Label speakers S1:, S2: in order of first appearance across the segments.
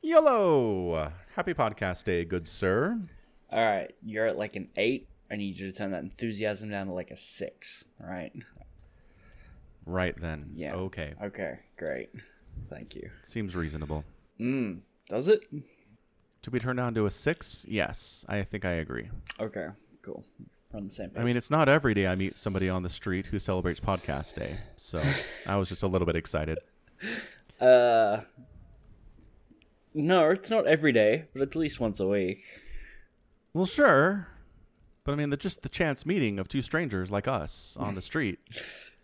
S1: YOLO! Happy podcast day, good sir.
S2: All right, you're at like an eight. I need you to turn that enthusiasm down to like a six. All right.
S1: Right then.
S2: Yeah.
S1: Okay.
S2: Okay. Great. Thank you.
S1: Seems reasonable.
S2: Mm. Does it?
S1: To be turned down to a six? Yes, I think I agree.
S2: Okay. Cool. We're on the same page.
S1: I mean, it's not every day I meet somebody on the street who celebrates podcast day, so I was just a little bit excited.
S2: uh, no, it's not every day, but at least once a week.
S1: Well, sure. But I mean, the, just the chance meeting of two strangers like us on the street.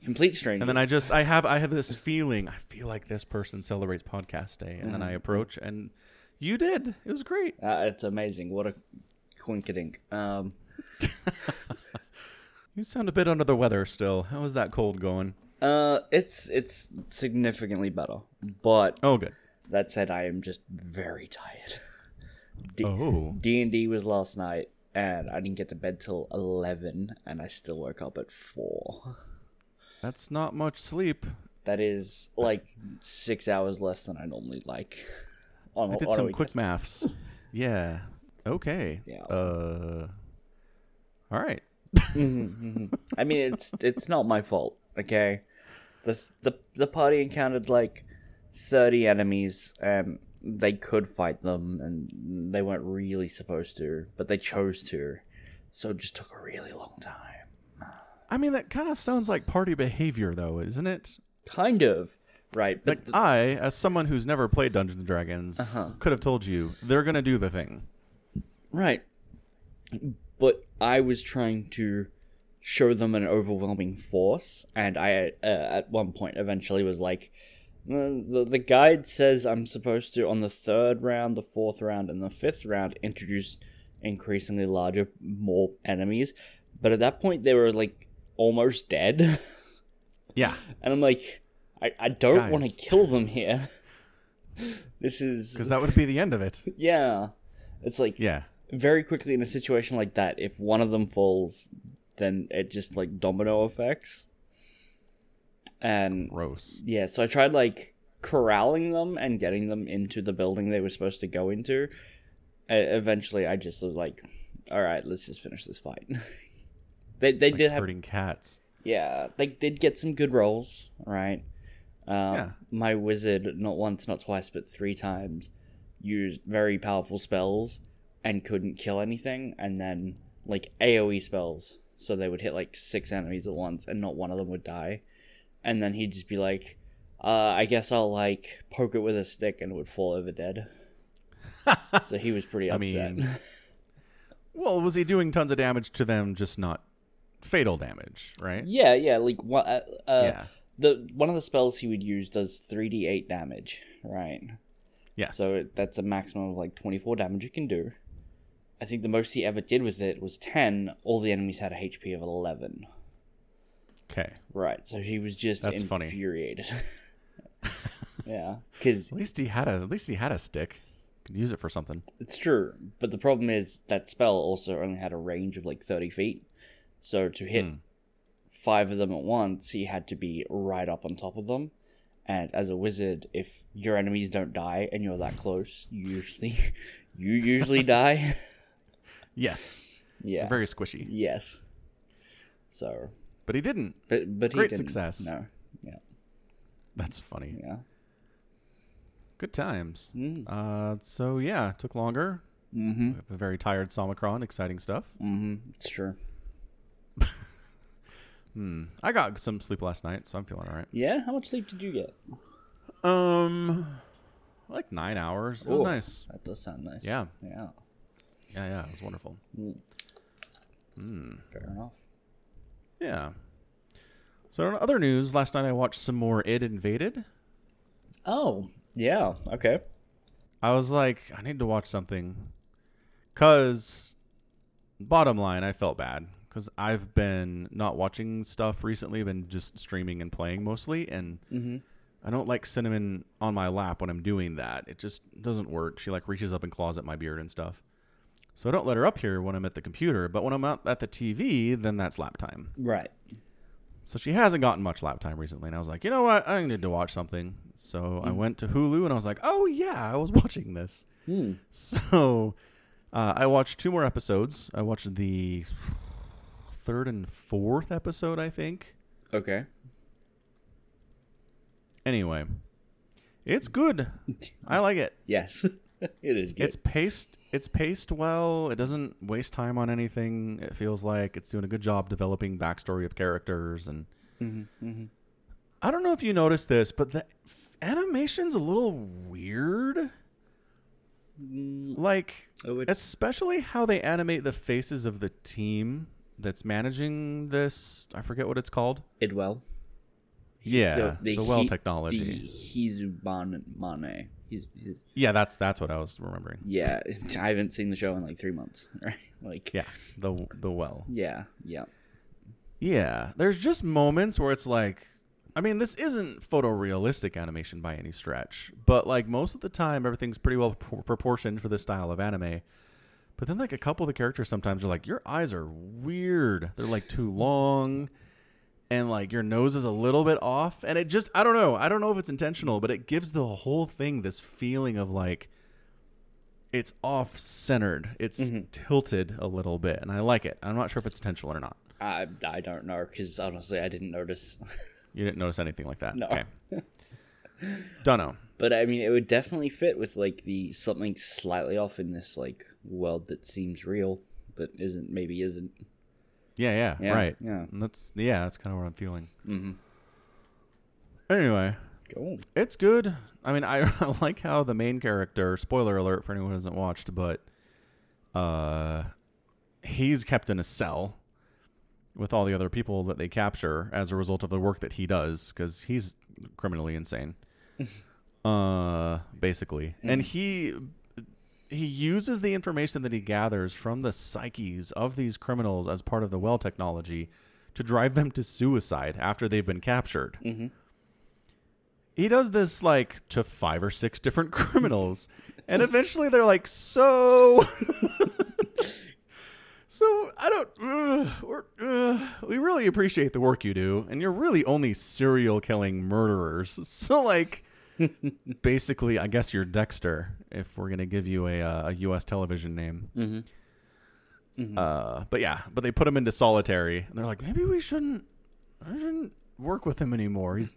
S2: Complete strangers.
S1: And then I just I have I have this feeling I feel like this person celebrates podcast day, and then I approach, and you did. It was great.
S2: Uh, it's amazing. What a quinkadink. Um.
S1: You sound a bit under the weather still. How is that cold going?
S2: Uh, it's it's significantly better, but
S1: Oh, good.
S2: that said, I am just very tired.
S1: Oh,
S2: D and D was last night, and I didn't get to bed till eleven, and I still woke up at four.
S1: that's not much sleep.
S2: That is like six hours less than I normally like. On,
S1: I did
S2: on a
S1: some
S2: weekend.
S1: quick maths. Yeah. Okay.
S2: Yeah.
S1: Uh. All right.
S2: I mean, it's it's not my fault. Okay, the the the party encountered like thirty enemies. Um, they could fight them, and they weren't really supposed to, but they chose to, so it just took a really long time.
S1: I mean, that kind of sounds like party behavior, though, isn't it?
S2: Kind of, right? But Uh-huh.
S1: Like I, as someone who's never played Dungeons and Dragons, could have told you they're gonna do the thing.
S2: Right. But I was trying to show them an overwhelming force, and I uh, at one point eventually was like, "Uh, the, the guide says I'm supposed to, on the third round, the fourth round, and the fifth round, introduce increasingly larger, more enemies. But at that point, they were like almost dead.
S1: Yeah.
S2: and I'm like, I, I don't want to
S1: Guys.
S2: kill them here. this is,
S1: Because that would be the end of it.
S2: yeah. It's like,
S1: Yeah.
S2: very quickly in a situation like that, if one of them falls, then it just like domino effects. And
S1: Gross.
S2: yeah, so I tried like corralling them and getting them into the building they were supposed to go into. E- eventually, I just was like, "All right, let's just finish this fight." they they did have
S1: Hurting cats.
S2: yeah, they did get some good rolls, right? Um,
S1: Yeah.
S2: My wizard, not once, not twice, but three times, used very powerful spells and couldn't kill anything, and then like AOE spells, so they would hit like six enemies at once, and not one of them would die. And then he'd just be like, uh, "I guess I'll like poke it with a stick," and it would fall over dead. so he was pretty
S1: I
S2: upset.
S1: mean, well, was he doing tons of damage to them, just not fatal damage, right?
S2: yeah, yeah, like what? Uh, uh,
S1: yeah.
S2: the one of the spells he would use does 3d8 damage right
S1: Yes.
S2: so it, that's a maximum of like 24 damage it can do i think the most he ever did with it was 10 all the enemies had a hp of 11
S1: okay.
S2: right so he was just
S1: That's funny.
S2: infuriated yeah because
S1: At least he had a. At least he had a stick. Could use it for something.
S2: it's true but the problem is that spell also only had a range of like 30 feet so to hit
S1: Hmm.
S2: five of them at once, he had to be right up on top of them. And as a wizard, if your enemies don't die and you're that close, you usually you usually die.
S1: Yes.
S2: Yeah.
S1: Very squishy.
S2: yes. So,
S1: But he didn't.
S2: but but he
S1: Great
S2: didn't.
S1: success.
S2: No. Yeah.
S1: That's funny.
S2: Yeah.
S1: Good times.
S2: Mm.
S1: Uh, so yeah, took longer.
S2: Mhm.
S1: We have A very tired Somicron. Exciting stuff.
S2: Mhm. It's true.
S1: I got some sleep last night, so I'm feeling all right.
S2: Yeah. How much sleep did you get?
S1: Um, like nine hours. It was
S2: Ooh,
S1: nice.
S2: That does sound nice.
S1: Yeah.
S2: Yeah.
S1: Yeah, yeah, it was wonderful.
S2: Fair enough.
S1: Yeah. So in other news, last night I watched some more Id Invaded.
S2: Oh. Yeah. Okay.
S1: I was like, I need to watch something. Cause bottom line, I felt bad. Cause I've been not watching stuff recently, been just streaming and playing mostly, and I don't like cinnamon on my lap when I'm doing that. It just doesn't work. She like reaches up and claws at my beard and stuff. So I don't let her up here when I'm at the computer, but when I'm out at the TV, then that's lap time.
S2: Right.
S1: So she hasn't gotten much lap time recently, and I was like, you know what, I needed to watch something. So I went to Hulu, and I was like, oh yeah, I was watching this.
S2: Hmm.
S1: So uh, I watched two more episodes. I watched the third and fourth episode, I think.
S2: Okay.
S1: Anyway, it's good. I like it.
S2: Yes. it is good.
S1: It's paced. It's paced well. It doesn't waste time on anything. It feels like it's doing a good job developing backstory of characters, and I don't know if you noticed this, but the f- animation's a little weird. Like,
S2: Oh, it-
S1: especially how they animate the faces of the team that's managing this. I forget what it's called.
S2: Idwell.
S1: Yeah, the, well technology.
S2: The Hizuban Mane. He's, he's,
S1: yeah, that's that's what I was remembering.
S2: yeah, I haven't seen the show in like three months. Right? Like,
S1: Yeah, the the well.
S2: yeah, yeah.
S1: Yeah, there's just moments where it's like, I mean, this isn't photorealistic animation by any stretch, but like most of the time, everything's pretty well pro- proportioned for this style of anime. But then, like a couple of the characters, sometimes are like, your eyes are weird. They're like too long, and like your nose is a little bit off. And it just, I don't know, I don't know if it's intentional, but it gives the whole thing this feeling of like, it's off centered, it's tilted a little bit, and I like it. I'm not sure if it's intentional or not.
S2: I I don't know because honestly I didn't notice.
S1: You didn't notice anything like that.
S2: No.
S1: Okay. Dunno.
S2: but I mean, it would definitely fit with like the something slightly off in this like world that seems real but isn't. Maybe isn't.
S1: Yeah, yeah,
S2: Yeah,
S1: right.
S2: yeah.
S1: And that's yeah, that's kind of what I'm feeling.
S2: Mm-hmm.
S1: Anyway,
S2: Cool.
S1: it's good. I mean, I, I like how the main character, spoiler alert for anyone who hasn't watched, but uh he's kept in a cell with all the other people that they capture as a result of the work that he does cuz he's criminally insane. uh basically. And he he uses the information that he gathers from the psyches of these criminals as part of the well technology to drive them to suicide after they've been captured. He does this like to five or six different criminals, and eventually they're like, "So, so I don't. Uh, we're, uh, we really appreciate the work you do, and you're really only serial killing murderers. So like." basically, I guess you're Dexter if we're gonna give you a, uh, a U.S. television name. Uh, but yeah, but they put him into solitary, and they're like, maybe we shouldn't, I shouldn't work with him anymore. He's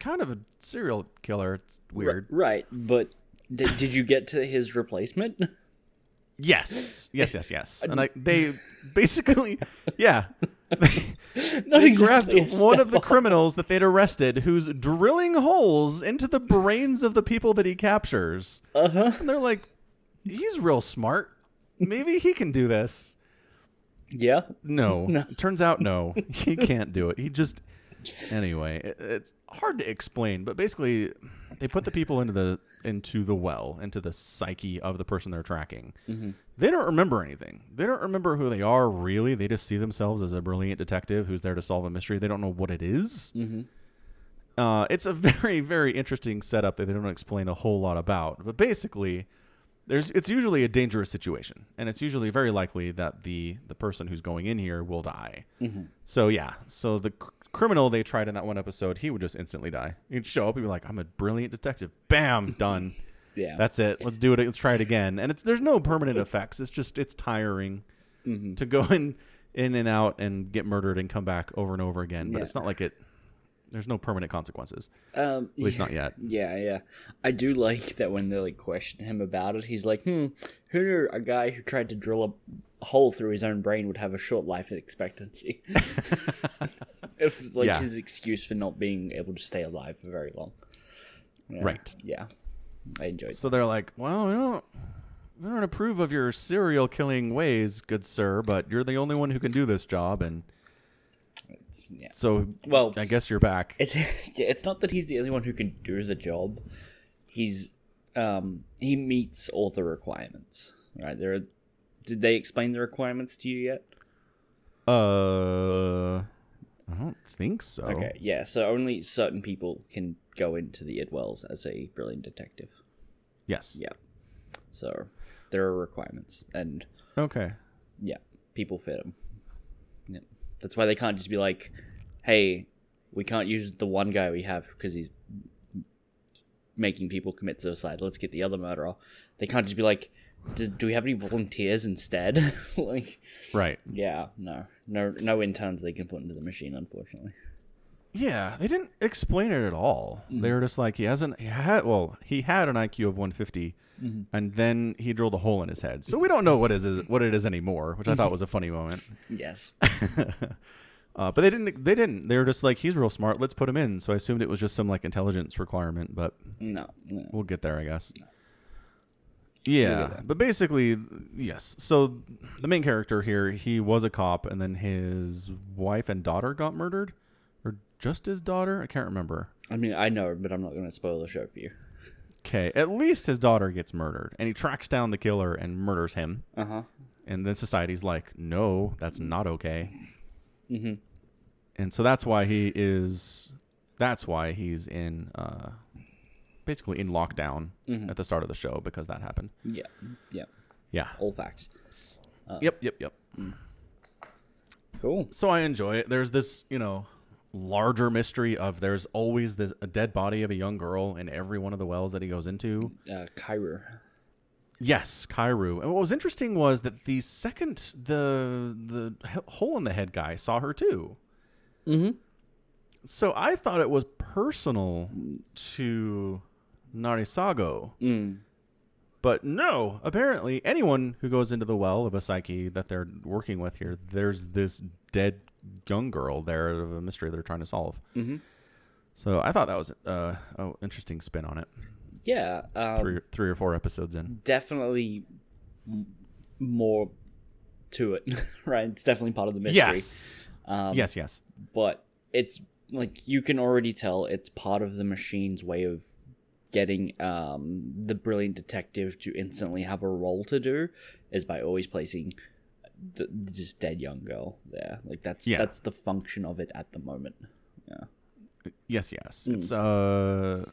S1: kind of a serial killer. It's weird.
S2: Right, but d- did you get to his replacement?
S1: Yes, yes, yes, yes. And like they basically, yeah,
S2: Not
S1: they grabbed
S2: exactly. a
S1: one
S2: step
S1: of the criminals that they'd arrested, who's drilling holes into the brains of the people that he captures. Uh
S2: Uh-huh.
S1: huh. And they're like, he's real smart. Maybe he can do this.
S2: Yeah.
S1: No. Turns out, no, he can't do it. He just. Anyway, it, it's hard to explain, but basically, they put the people into the into the well, into the psyche of the person they're tracking. They don't remember anything. They don't remember who they are really. They just see themselves as a brilliant detective who's there to solve a mystery. They don't know what it is. Uh, it's a very very interesting setup that they don't explain a whole lot about. But basically, there's it's usually a dangerous situation and it's usually very likely that the the person who's going in here will die
S2: Mm-hmm.
S1: so yeah so the cr- criminal they tried in that one episode he would just instantly die he'd show up and be like i'm a brilliant detective bam done
S2: Yeah.
S1: that's it let's do it let's try it again and it's there's no permanent effects it's just it's tiring
S2: Mm-hmm.
S1: to go in in and out and get murdered and come back over and over again but
S2: Yeah.
S1: it's not like it there's no permanent consequences
S2: um,
S1: at least not yet
S2: Yeah, yeah. I do like that when they like question him about it, he's like, "Hmm, who knew a guy who tried to drill a hole through his own brain would have a short life expectancy?" if it's like
S1: Yeah.
S2: his excuse for not being able to stay alive for very long. Yeah.
S1: Right.
S2: Yeah. I enjoyed.
S1: So they're like, "Well, we don't, we don't approve of your serial killing ways, good sir, but you're the only one who can do this job." And
S2: yeah.
S1: so,
S2: Well-
S1: I guess you're back.
S2: It's yeah, it's not that he's the only one who can do the job. He's um he meets all the requirements. Right? There are, did they explain the requirements to you yet?
S1: uh, I don't think so.
S2: Okay, yeah. So only certain people can go into the Idwells as a brilliant detective.
S1: Yes.
S2: Yeah. So there are requirements, and
S1: Okay.
S2: yeah, people fit them. Yeah. That's why they can't just be like, hey, we can't use the one guy we have because he's making people commit suicide. Let's get the other murderer. They can't just be like, do, do we have any volunteers instead? like,
S1: Right.
S2: yeah, no, no, no interns they can put into the machine, unfortunately.
S1: Yeah, they didn't explain it at all.
S2: Mm-hmm.
S1: They were just like he hasn't he had well, he had an IQ of 150
S2: Mm-hmm.
S1: and then he drilled a hole in his head. So we don't know what is what it is anymore, which I thought was a funny moment.
S2: Yes.
S1: Uh, but they didn't they didn't. They were just like he's real smart, let's put him in. So I assumed it was just some like intelligence requirement, but
S2: no. no.
S1: we'll get there, I guess. Yeah, but basically, yes. So the main character here, he was a cop, and then his wife and daughter got murdered, or just his daughter? I can't remember.
S2: I mean, I know, but I'm not going to spoil the show for you.
S1: Okay, at least his daughter gets murdered, and he tracks down the killer and murders him.
S2: Uh huh.
S1: And then society's like, no, that's not okay.
S2: hmm
S1: And so that's why he is. That's why he's in, uh, basically in lockdown
S2: Mhm.
S1: at the start of the show because that happened.
S2: Yeah. Yeah.
S1: Yeah.
S2: All facts.
S1: Yep. Yep. Yep.
S2: Cool.
S1: so I enjoy it. There's this, you know, larger mystery of there's always this a dead body of a young girl in every one of the wells that he goes into.
S2: Uh, Cairo.
S1: Yes, Kairu. And what was interesting was that the second the the he- hole in the head guy saw her too.
S2: Mhm.
S1: So I thought it was personal to Narisago.
S2: Mm.
S1: But no, apparently anyone who goes into the well of a psyche that they're working with here, there's this dead young girl there of a mystery they're trying to solve.
S2: Mm-hmm.
S1: So I thought that was uh, an interesting spin on it.
S2: Yeah. Um,
S1: Three, three or four episodes in.
S2: definitely m- more to it, right? It's definitely part of the mystery.
S1: Yes.
S2: Um,
S1: yes, yes.
S2: But it's like you can already tell it's part of the machine's way of getting um, the brilliant detective to instantly have a role to do is by always placing the, the just dead young girl there. Like that's
S1: Yeah.
S2: that's the function of it at the moment.
S1: Yes, yes.
S2: hmm.
S1: It's uh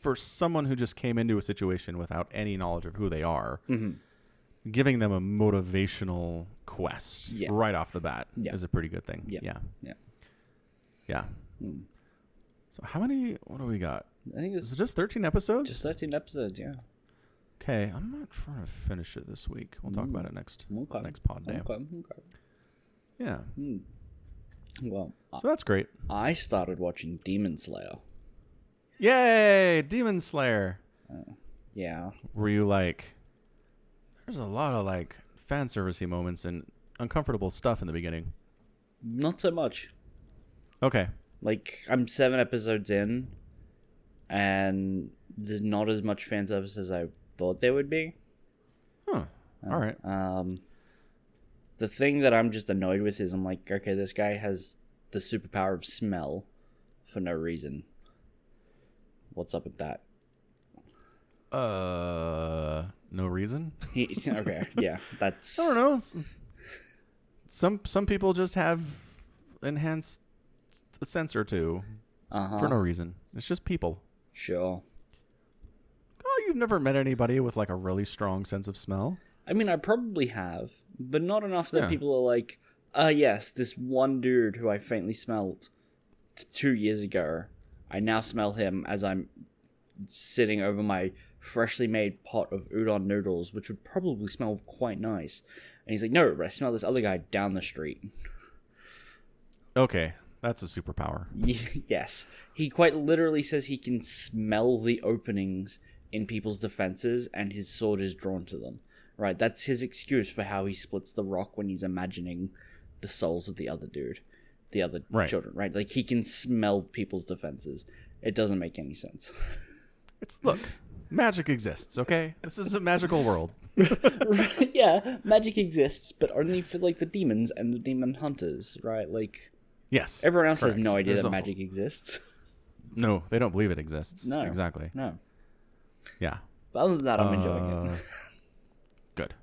S1: for someone who just came into a situation without any knowledge of who they are, giving them a motivational quest
S2: Mm-hmm. Yeah.
S1: right off the bat
S2: Yeah.
S1: is a pretty good thing.
S2: Yeah.
S1: Yeah.
S2: Yeah.
S1: Yeah.
S2: Mm.
S1: So how many what do we got?
S2: I think
S1: Is
S2: it's
S1: it just 13 episodes?
S2: just 13 episodes, yeah.
S1: okay, I'm not trying to finish it this week. We'll talk about it next
S2: Hmm. Okay.
S1: next pod day.
S2: Okay, okay.
S1: Yeah.
S2: Hmm. Well, I-
S1: So that's great.
S2: I started watching Demon Slayer.
S1: Yay, Demon Slayer.
S2: Yeah.
S1: Were you like there's a lot of like fan servicey moments and uncomfortable stuff in the beginning.
S2: Not so much.
S1: Okay.
S2: Like, I'm seven episodes in, and there's not as much fan service as I thought there would be.
S1: Huh. All right.
S2: Um, the thing that I'm just annoyed with is I'm like, okay, this guy has the superpower of smell for no reason. What's up with that?
S1: Uh, no reason.
S2: He, okay, yeah, that's.
S1: I don't know. S- Some some people just have enhanced s- a sense or two
S2: Uh-huh,
S1: for no reason. It's just people.
S2: Sure.
S1: Oh, you've never met anybody with like a really strong sense of smell.
S2: I mean, I probably have, but not enough that
S1: Yeah.
S2: people are like, "Ah, yes, this one dude who I faintly smelled t- two years ago. I now smell him as I'm sitting over my freshly made pot of udon noodles, which would probably smell quite nice." And he's like, "No, but I smell this other guy down the street."
S1: Okay, that's a superpower.
S2: yes, he quite literally says he can smell the openings in people's defenses, and his sword is drawn to them. Right, that's his excuse for how he splits the rock when he's imagining the souls of the other dude, the other
S1: Right.
S2: children. Right, like he can smell people's defenses. It doesn't make any sense.
S1: It's look, magic exists. Okay, this is a magical world.
S2: yeah, magic exists, but only for like the demons and the demon hunters. Right, like
S1: Yes.
S2: everyone else has
S1: correct.
S2: no idea
S1: There's
S2: that
S1: a whole-
S2: magic exists.
S1: No, they don't believe it exists.
S2: No.
S1: Exactly.
S2: No,
S1: Yeah.
S2: but other than that, I'm enjoying it.
S1: Uh, Good.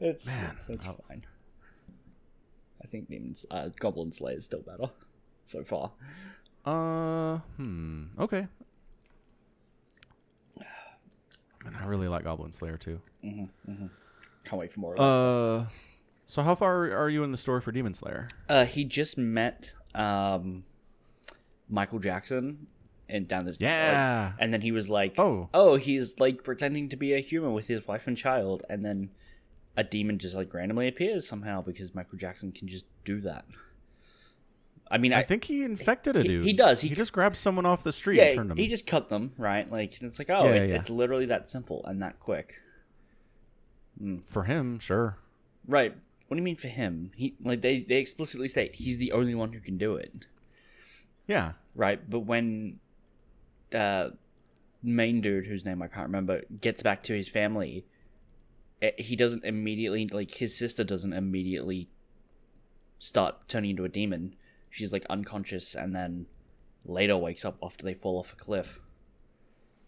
S2: It's it's, it's fine. I think demons, uh, goblin slayer is still better so far.
S1: Uh, hmm. Okay. Man, I really like Goblin Slayer too.
S2: Can't wait for more. Of that.
S1: Uh, so how far are you in the story for Demon Slayer?
S2: Uh, he just met um Michael Jackson and down the like,
S1: Yeah.
S2: and then he was like,
S1: Oh.
S2: oh, he's like pretending to be a human with his wife and child, and then a demon just like randomly appears somehow because Michael Jackson can just do that. I mean, I,
S1: I think he infected a
S2: he-
S1: dude.
S2: he does. He
S1: He, just grabbed someone off the street and
S2: yeah,
S1: turned him.
S2: he just cut them right. Like and it's like, oh,
S1: Yeah,
S2: it's,
S1: yeah.
S2: it's literally that simple and that quick,
S1: For him, sure.
S2: right? What do you mean for him? He like they they explicitly state he's the only one who can do it.
S1: Yeah.
S2: right? But when uh, main dude, whose name I can't remember, gets back to his family, eh, he doesn't immediately like his sister doesn't immediately start turning into a demon. She's like unconscious, and then later wakes up after they fall off a cliff.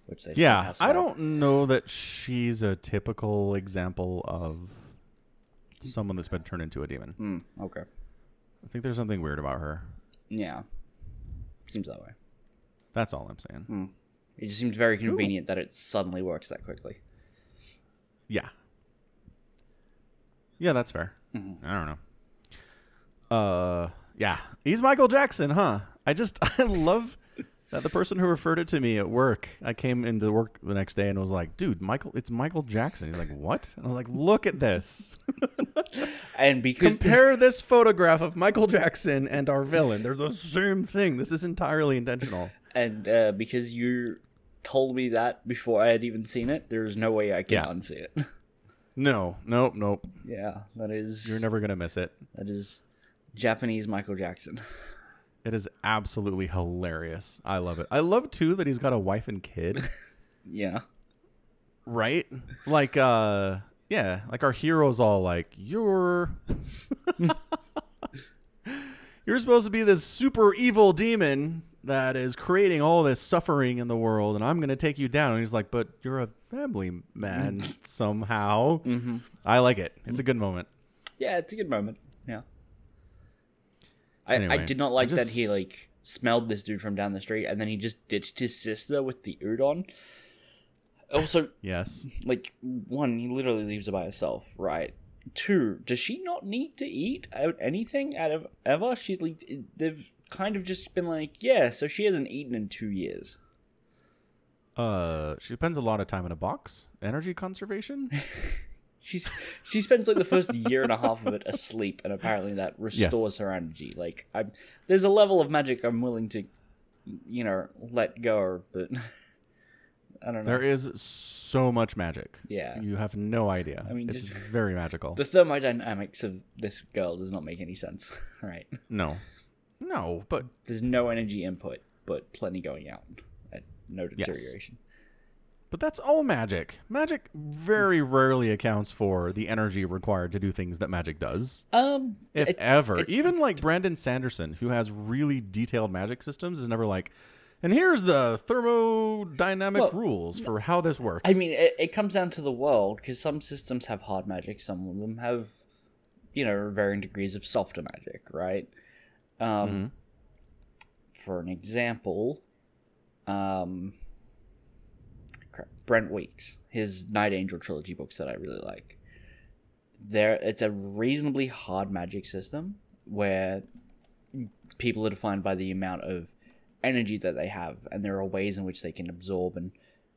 S2: Which they
S1: Yeah.
S2: somehow
S1: I don't know that she's a typical example of
S2: Mm.
S1: someone that's been turned into a demon.
S2: saw. Hmm, okay.
S1: I think there's something weird about her.
S2: Yeah. Seems that way.
S1: That's all I'm saying.
S2: It just seems very convenient that it suddenly works that quickly.
S1: Yeah. Yeah, that's fair. I don't know. Uh, yeah, he's Michael Jackson, huh? I just I love that the person who referred it to me at work. I came into work the next day and was like, "Dude, Michael, it's Michael Jackson." He's like, "What?" And I was like, "Look at this.
S2: And because
S1: Compare this photograph of Michael Jackson and our villain. They're the same thing. This is entirely intentional."
S2: and uh, because you told me that before I had even seen it, there's no way I can
S1: Yeah.
S2: unsee it.
S1: No, nope, nope.
S2: yeah, that is
S1: You're never gonna miss it.
S2: that is Japanese Michael Jackson.
S1: It is absolutely hilarious. I love it. I love too that he's got a wife and kid.
S2: yeah,
S1: right like uh yeah like our heroes all like you're you're supposed to be this super evil demon that is creating all this suffering in the world and i'm gonna take you down and he's like but you're a family man somehow i like it it's a good moment
S2: yeah, it's a good moment. Yeah, I I
S1: Anyway,
S2: did not like
S1: I
S2: that he
S1: just-
S2: like smelled this dude from down the street and then he just ditched his sister with the udon. Also,
S1: yes
S2: like one he literally leaves her by herself right two does she not need to eat out anything out of ever she's like they've kind of just been like yeah so she hasn't eaten in two years
S1: uh she spends a lot of time in a box energy conservation
S2: she's she spends like the first year and a half of it asleep and apparently that restores her energy like i'm there's a level of magic i'm willing to you know let go but i don't know
S1: there is so much magic
S2: Yeah.
S1: you have no idea i
S2: mean,
S1: mean it's
S2: just-
S1: very magical
S2: the thermodynamics of this girl does not make any sense right
S1: no no but
S2: There's no energy input, but plenty going out. And no
S1: Yes.
S2: deterioration.
S1: But that's all magic. Magic very rarely accounts for the energy required to do things that magic does,
S2: Um,
S1: if
S2: it-
S1: ever.
S2: it-
S1: Even like Brandon Sanderson, who has really detailed magic systems, is never like, and here's the thermodynamic
S2: Well,
S1: rules for how this works.
S2: I mean, it, it comes down to the world because some systems have hard magic, some of them have, you know, varying degrees of softer magic, right? Um,
S1: Mhm.
S2: for an example, um, crap, Brent Weeks, his Night Angel trilogy books that I really like. There, it's a reasonably hard magic system where people are defined by the amount of energy that they have, and there are ways in which they can absorb and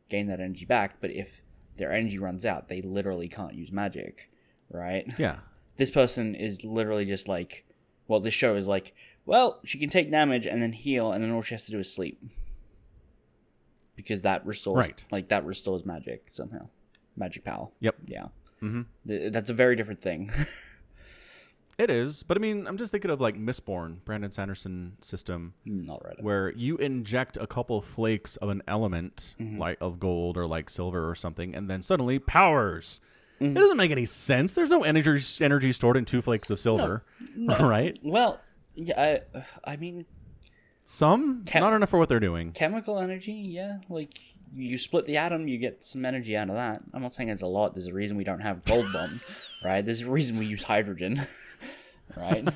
S2: gain that energy back. But if their energy runs out, they literally can't use magic, right?
S1: yeah.
S2: this person is literally just like, well, this show is like, well, she can take damage and then heal, and then all she has to do is sleep, because that restores,
S1: Right.
S2: like that restores magic somehow, magic power.
S1: Yep.
S2: Yeah,
S1: Mm-hmm.
S2: Th- that's a very different thing.
S1: It is. But I mean, I'm just thinking of like Mistborn, Brandon Sanderson system.
S2: Not right.
S1: where you inject a couple flakes of an element like of gold or like silver or something and then suddenly powers it doesn't make any sense there's no energy energy stored in two flakes of silver right
S2: Well, yeah, I, I mean,
S1: some
S2: Chem-
S1: not enough for what they're doing
S2: chemical energy. Yeah, like you split the atom, you get some energy out of that. I'm not saying it's a lot. There's a reason we don't have gold bombs, right? There's a reason we use hydrogen. right?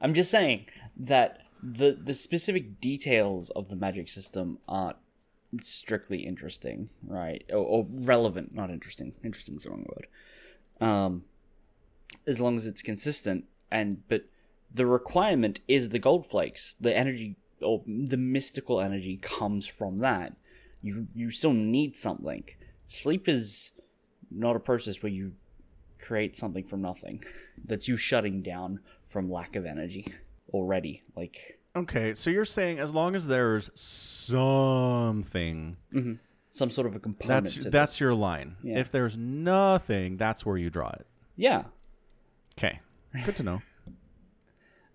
S2: I'm just saying that the the specific details of the magic system aren't strictly interesting, right? Or, or relevant, not interesting. Interesting is the wrong word. Um, as long as it's consistent, and but the requirement is the gold flakes. The energy or the mystical energy comes from that. You you still need something. Sleep is not a process where you create something from nothing. That's you shutting down from lack of energy already. Like
S1: Okay, so you're saying as long as there's something,
S2: some sort of a component.
S1: that's
S2: to
S1: that's your line.
S2: Yeah.
S1: If there's nothing, that's where you draw it.
S2: this. yeah.
S1: Okay, good to know.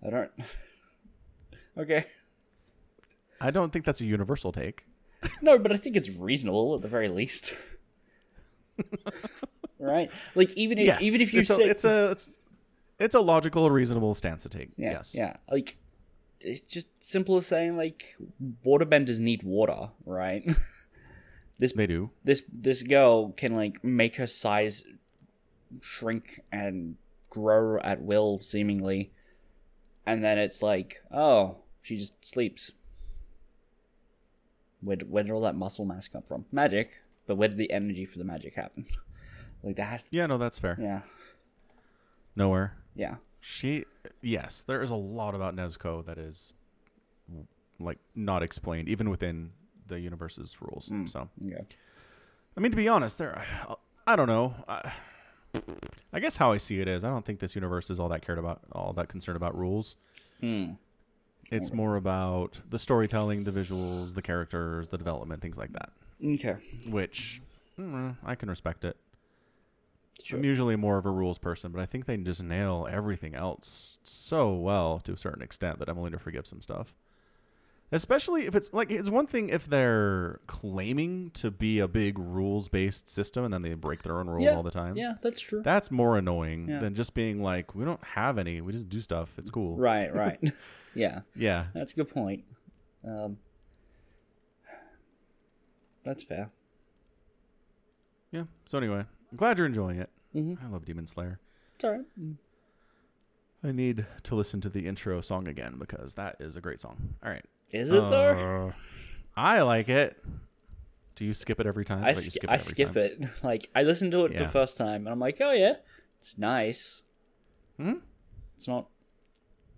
S2: I don't. okay.
S1: I don't think that's a universal take.
S2: No, but I think it's reasonable at the very least. right? Like even if even if you
S1: it's
S2: say
S1: a, it's a it's, it's a logical, reasonable stance to take.
S2: yeah,
S1: yes,
S2: yeah, like it's just simple as saying like waterbenders need water, right?
S1: they do.
S2: this this girl can like make her size shrink and grow at will seemingly and then it's like oh she just sleeps where, d- where did all that muscle mass come from magic but where did the energy for the magic happen like that has to
S1: Yeah, no, that's fair.
S2: yeah
S1: Nowhere.
S2: yeah
S1: She yes, there is a lot about Nezuko that is like not explained even within the universe's rules.
S2: Hmm.
S1: So
S2: yeah
S1: I mean, to be honest, there. I don't know. I, I guess how I see it is, I don't think this universe is all that cared about, all that concerned about rules.
S2: Hmm.
S1: It's more about the storytelling, the visuals, the characters, the development, things like that.
S2: okay
S1: Which mm, I can respect it.
S2: Sure.
S1: I'm usually more of a rules person, but I think they just nail everything else so well to a certain extent that I'm willing to forgive some stuff. Especially if it's like it's one thing if they're claiming to be a big rules based system and then they break their own rules
S2: yeah
S1: all the time.
S2: yeah that's true
S1: That's more annoying
S2: Yeah.
S1: than just being like, we don't have any, we just do stuff. It's cool.
S2: right right yeah
S1: Yeah.
S2: that's a good point um that's fair
S1: Yeah. So anyway, I'm glad you're enjoying it.
S2: mm-hmm.
S1: I love Demon Slayer.
S2: it's all right
S1: I need to listen to the intro song again because that is a great song. All right.
S2: Is it
S1: Uh,
S2: though?
S1: I like it. Do you skip it every time?
S2: I,
S1: bet you
S2: sk- I
S1: every
S2: skip
S1: time.
S2: it. Like I listened to it the
S1: Yeah.
S2: first time and I'm like, oh yeah, it's nice.
S1: Hmm?
S2: It's not.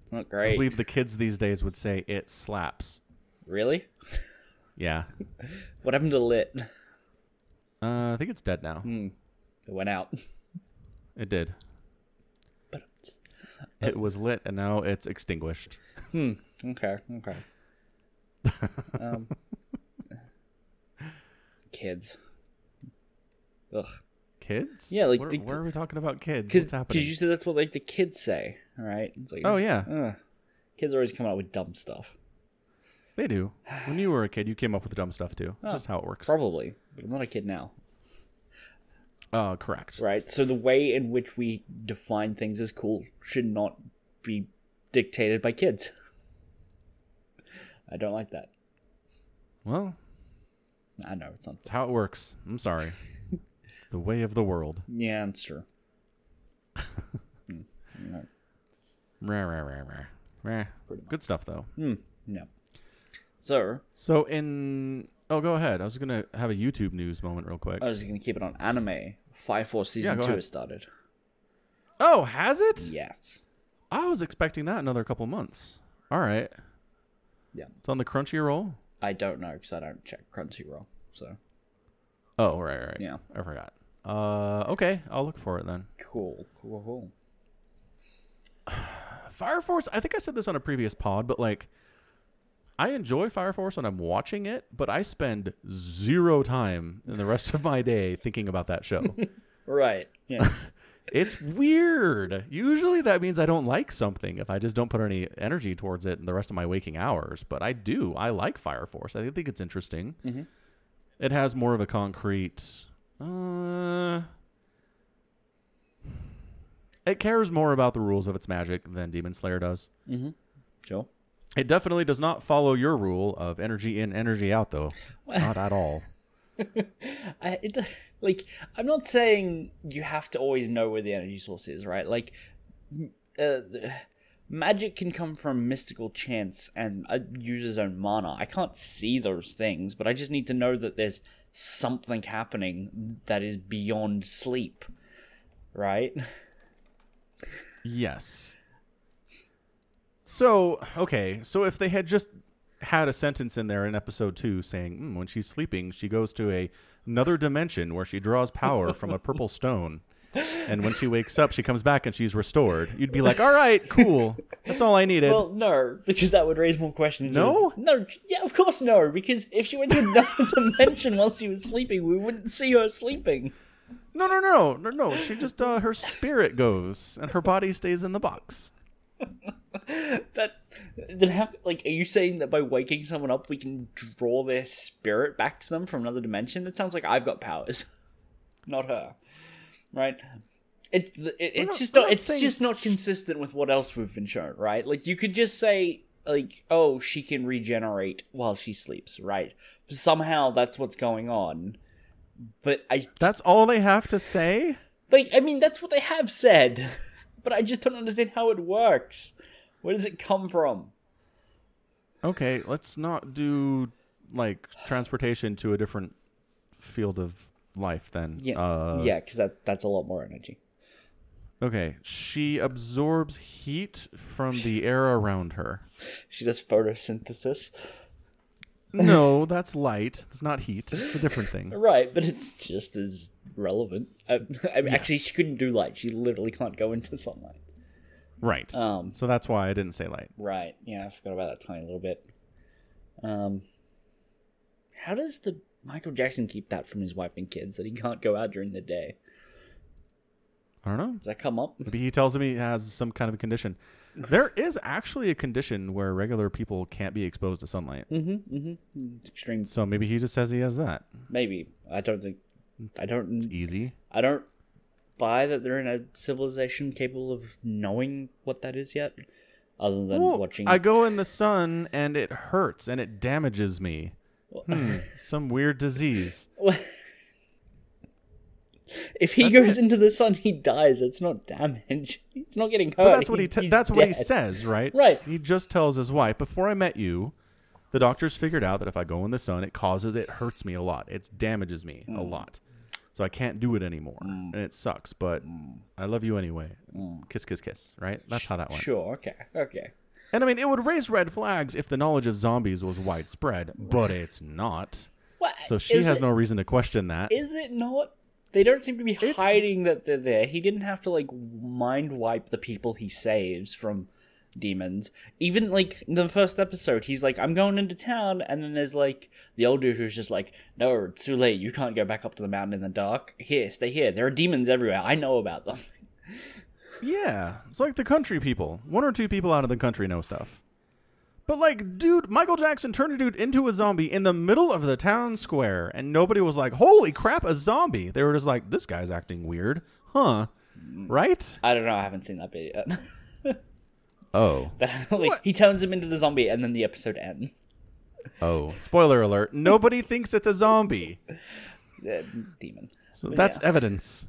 S2: It's not
S1: I
S2: great.
S1: believe the kids these days would say it slaps.
S2: Really?
S1: Yeah.
S2: What happened to lit?
S1: Uh, I think it's dead now.
S2: Hmm. It went out.
S1: It did. It was lit and now it's extinguished.
S2: Okay. Okay. um, kids. Ugh.
S1: Kids?
S2: Yeah, like
S1: where,
S2: the-
S1: where are we talking about kids? What's
S2: Because
S1: happening?
S2: you Uh, said that's what like the kids say, right? It's like,
S1: oh yeah,
S2: ugh. kids are always coming out with dumb stuff.
S1: they do. When you were a kid, you came up with dumb stuff too.
S2: Oh.
S1: That's just how it works.
S2: Probably, but I'm not a kid now.
S1: uh, correct.
S2: right? So the way in which we define things as cool should not be dictated by kids. I don't like that.
S1: Well,
S2: I know it's not.
S1: it's how it works. I'm sorry. It's the way of the world.
S2: Yeah, it's true. Mm, no,
S1: Rah, rah, rah, rah. Rah. Good stuff though.
S2: no. Hmm, So
S1: So in oh, go ahead. I was gonna have a YouTube news moment real quick.
S2: I was gonna keep it on anime. Five Four
S1: Yeah,
S2: season
S1: go
S2: two
S1: ahead.
S2: has started.
S1: oh, has it?
S2: Yes.
S1: I was expecting that another couple months. All right.
S2: Yeah.
S1: It's on the Crunchyroll.
S2: I don't know because I don't check Crunchyroll. So
S1: Oh, right, right.
S2: Yeah.
S1: I forgot. Uh, okay. I'll look for it then.
S2: cool, cool, cool.
S1: Fire Force. I think I said this on a previous pod, but like, I enjoy Fire Force when I'm watching it, but I spend zero time in the rest of my day thinking about that show.
S2: Right. Yeah.
S1: It's weird. Usually that means I don't like something if I just don't put any energy towards it in the rest of my waking hours. But I do. I like Fire Force. I think it's interesting.
S2: Mhm.
S1: It has more of a concrete. Uh, it cares more about the rules of its magic than Demon Slayer does.
S2: sure.
S1: It definitely does not follow your rule of energy in, energy out, though. Not at all.
S2: I, it, does- like I'm not saying you have to always know where the energy source is, right? Like, m- uh, th- magic can come from mystical chance and a user's own mana. I can't see those things, but I just need to know that there's something happening that is beyond sleep, right?
S1: Yes. So okay, so if they had just had a sentence in there in episode two saying, mm, "When she's sleeping, she goes to a another dimension where she draws power from a purple stone." And when she wakes up, she comes back and she's restored. You'd be like, "All right, cool. That's all I needed."
S2: Well, no, because that would raise more questions.
S1: No?
S2: Of, no, yeah, of course no, because if she went to another dimension while she was sleeping, we wouldn't see her sleeping.
S1: no, no, no, no, no. She just uh, her spirit goes and her body stays in the box.
S2: That then how like are you saying that by waking someone up we can draw their spirit back to them from another dimension? That sounds like I've got powers, not her, right? It, it it's
S1: not-
S2: just
S1: we're
S2: not
S1: not
S2: it's
S1: saying-
S2: just not consistent with what else we've been shown, right? Like you could just say like oh she can regenerate while she sleeps, right? Somehow that's what's going on, but I
S1: That's all they have to say.
S2: like I mean that's what they have said, but I just don't understand how it works. Where does it come from?
S1: Okay, let's not do like transportation to a different field of life then.
S2: Yeah,
S1: Uh,
S2: yeah, because that that's a lot more energy.
S1: Okay, she absorbs heat from the air around her.
S2: She does photosynthesis,
S1: No, that's light. It's not heat. It's a different thing.
S2: right? But it's just as relevant. I, I mean, Actually, she couldn't do light. She literally can't go into sunlight.
S1: Right.
S2: Um,
S1: So that's why I didn't say light.
S2: right? Yeah, I forgot about that tiny little bit. Um, how does the Michael Jackson keep that from his wife and kids that he can't go out during the day?
S1: I don't know.
S2: Does that come up?
S1: Maybe he tells him he has some kind of a condition. There is actually a condition where regular people can't be exposed to sunlight.
S2: Mm-hmm. Mm-hmm. Extreme,
S1: So maybe he just says he has that.
S2: maybe. I don't think. I don't.
S1: Easy.
S2: I don't buy that they're in a civilization capable of knowing what that is yet, other than
S1: Well,
S2: watching.
S1: I go in the sun and it hurts and it damages me. Hmm, some weird disease.
S2: if he goes into the sun, he dies. It's not damage. It's not getting hurt.
S1: But that's what he te-
S2: he's
S1: that's what he
S2: dead.
S1: says, right?
S2: Right.
S1: He just tells his wife, "Before I met you, the doctors figured out that if I go in the sun, it causes it hurts me a lot. It damages me
S2: Hmm.
S1: a lot. So I can't do it anymore, and it sucks, but
S2: Hmm.
S1: I love you anyway. Kiss kiss kiss, right? That's how that went.
S2: Sure. Okay. Okay.
S1: And I mean, it would raise red flags if the knowledge of zombies was widespread, but it's not.
S2: What?
S1: So she
S2: is
S1: has
S2: it,
S1: no reason to question that.
S2: Is it not? They don't seem to be hiding that they're there. He didn't have to like mind wipe the people he saves from demons. Even like in the first episode, he's like, "I'm going into town," and then there's like the old dude who's just like, "No, it's too late. You can't go back up to the mountain in the dark. Here, stay here. There are demons everywhere. I know about them."
S1: Yeah, it's like the country people. One or two people out of the country know stuff. But like, dude, Michael Jackson turned a dude into a zombie in the middle of the town square, and nobody was like, "Holy crap, a zombie!" They were just like, "This guy's acting weird, huh?" Right?
S2: I don't know. I haven't seen that bit yet.
S1: Oh,
S2: like, he turns him into the zombie, and then the episode ends.
S1: oh. Spoiler alert: nobody thinks it's a zombie.
S2: Uh, demon.
S1: So that's evidence.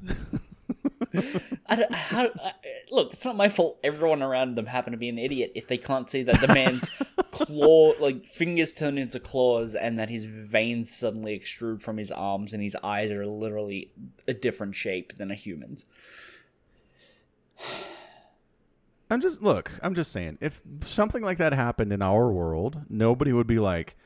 S2: I don't, how, I, look, it's not my fault. Everyone around them happen to be an idiot if they can't see that the man's claw, like fingers turn into claws, and that his veins suddenly extrude from his arms, and his eyes are literally a different shape than a human's.
S1: I'm just look. I'm just saying, if something like that happened in our world, nobody would be like,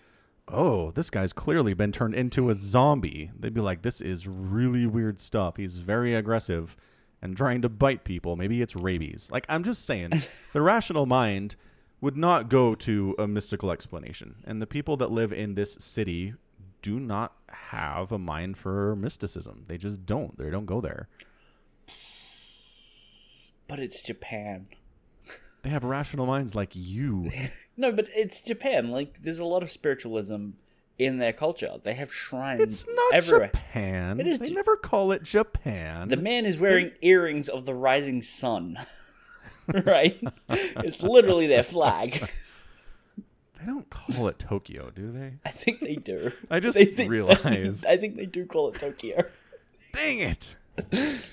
S1: "Oh, this guy's clearly been turned into a zombie." They'd be like, "This is really weird stuff. He's very aggressive and trying to bite people. Maybe it's rabies." Like I'm just saying, the rational mind would not go to a mystical explanation, and the people that live in this city do not have a mind for mysticism. They just don't. They don't go there.
S2: But it's Japan.
S1: They have rational minds like you.
S2: No, but it's Japan. Like, there's a lot of spiritualism in their culture. They have shrines
S1: It's not
S2: everywhere.
S1: Japan.
S2: It is
S1: they
S2: Ja-
S1: never call it Japan.
S2: The man is wearing earrings of the rising sun. right? it's literally their flag.
S1: they don't call it Tokyo, do they?
S2: I think they do.
S1: I just
S2: They think-
S1: realized.
S2: I think they do call it Tokyo.
S1: Dang it.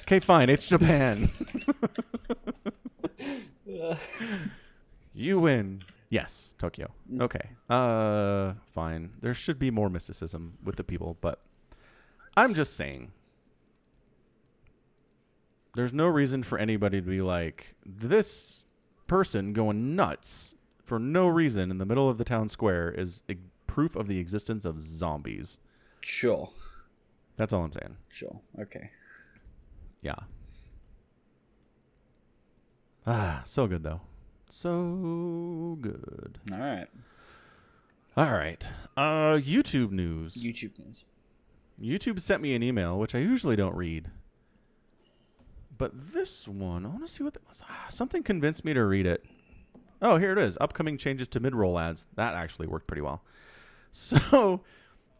S1: Okay, fine. It's Japan. you win. Yes, Tokyo. Okay. Uh fine. There should be more mysticism with the people, but I'm just saying there's no reason for anybody to be like this person going nuts for no reason in the middle of the town square is e- proof of the existence of zombies.
S2: Sure.
S1: That's all I'm saying.
S2: Sure. Okay.
S1: Yeah. Ah, so good though. So good.
S2: All right.
S1: All right. Uh YouTube news.
S2: YouTube news.
S1: YouTube sent me an email, which I usually don't read. But this one, I want to see what that was. Ah, Something convinced me to read it. Oh, here it is. Upcoming changes to mid roll ads. That actually worked pretty well. So,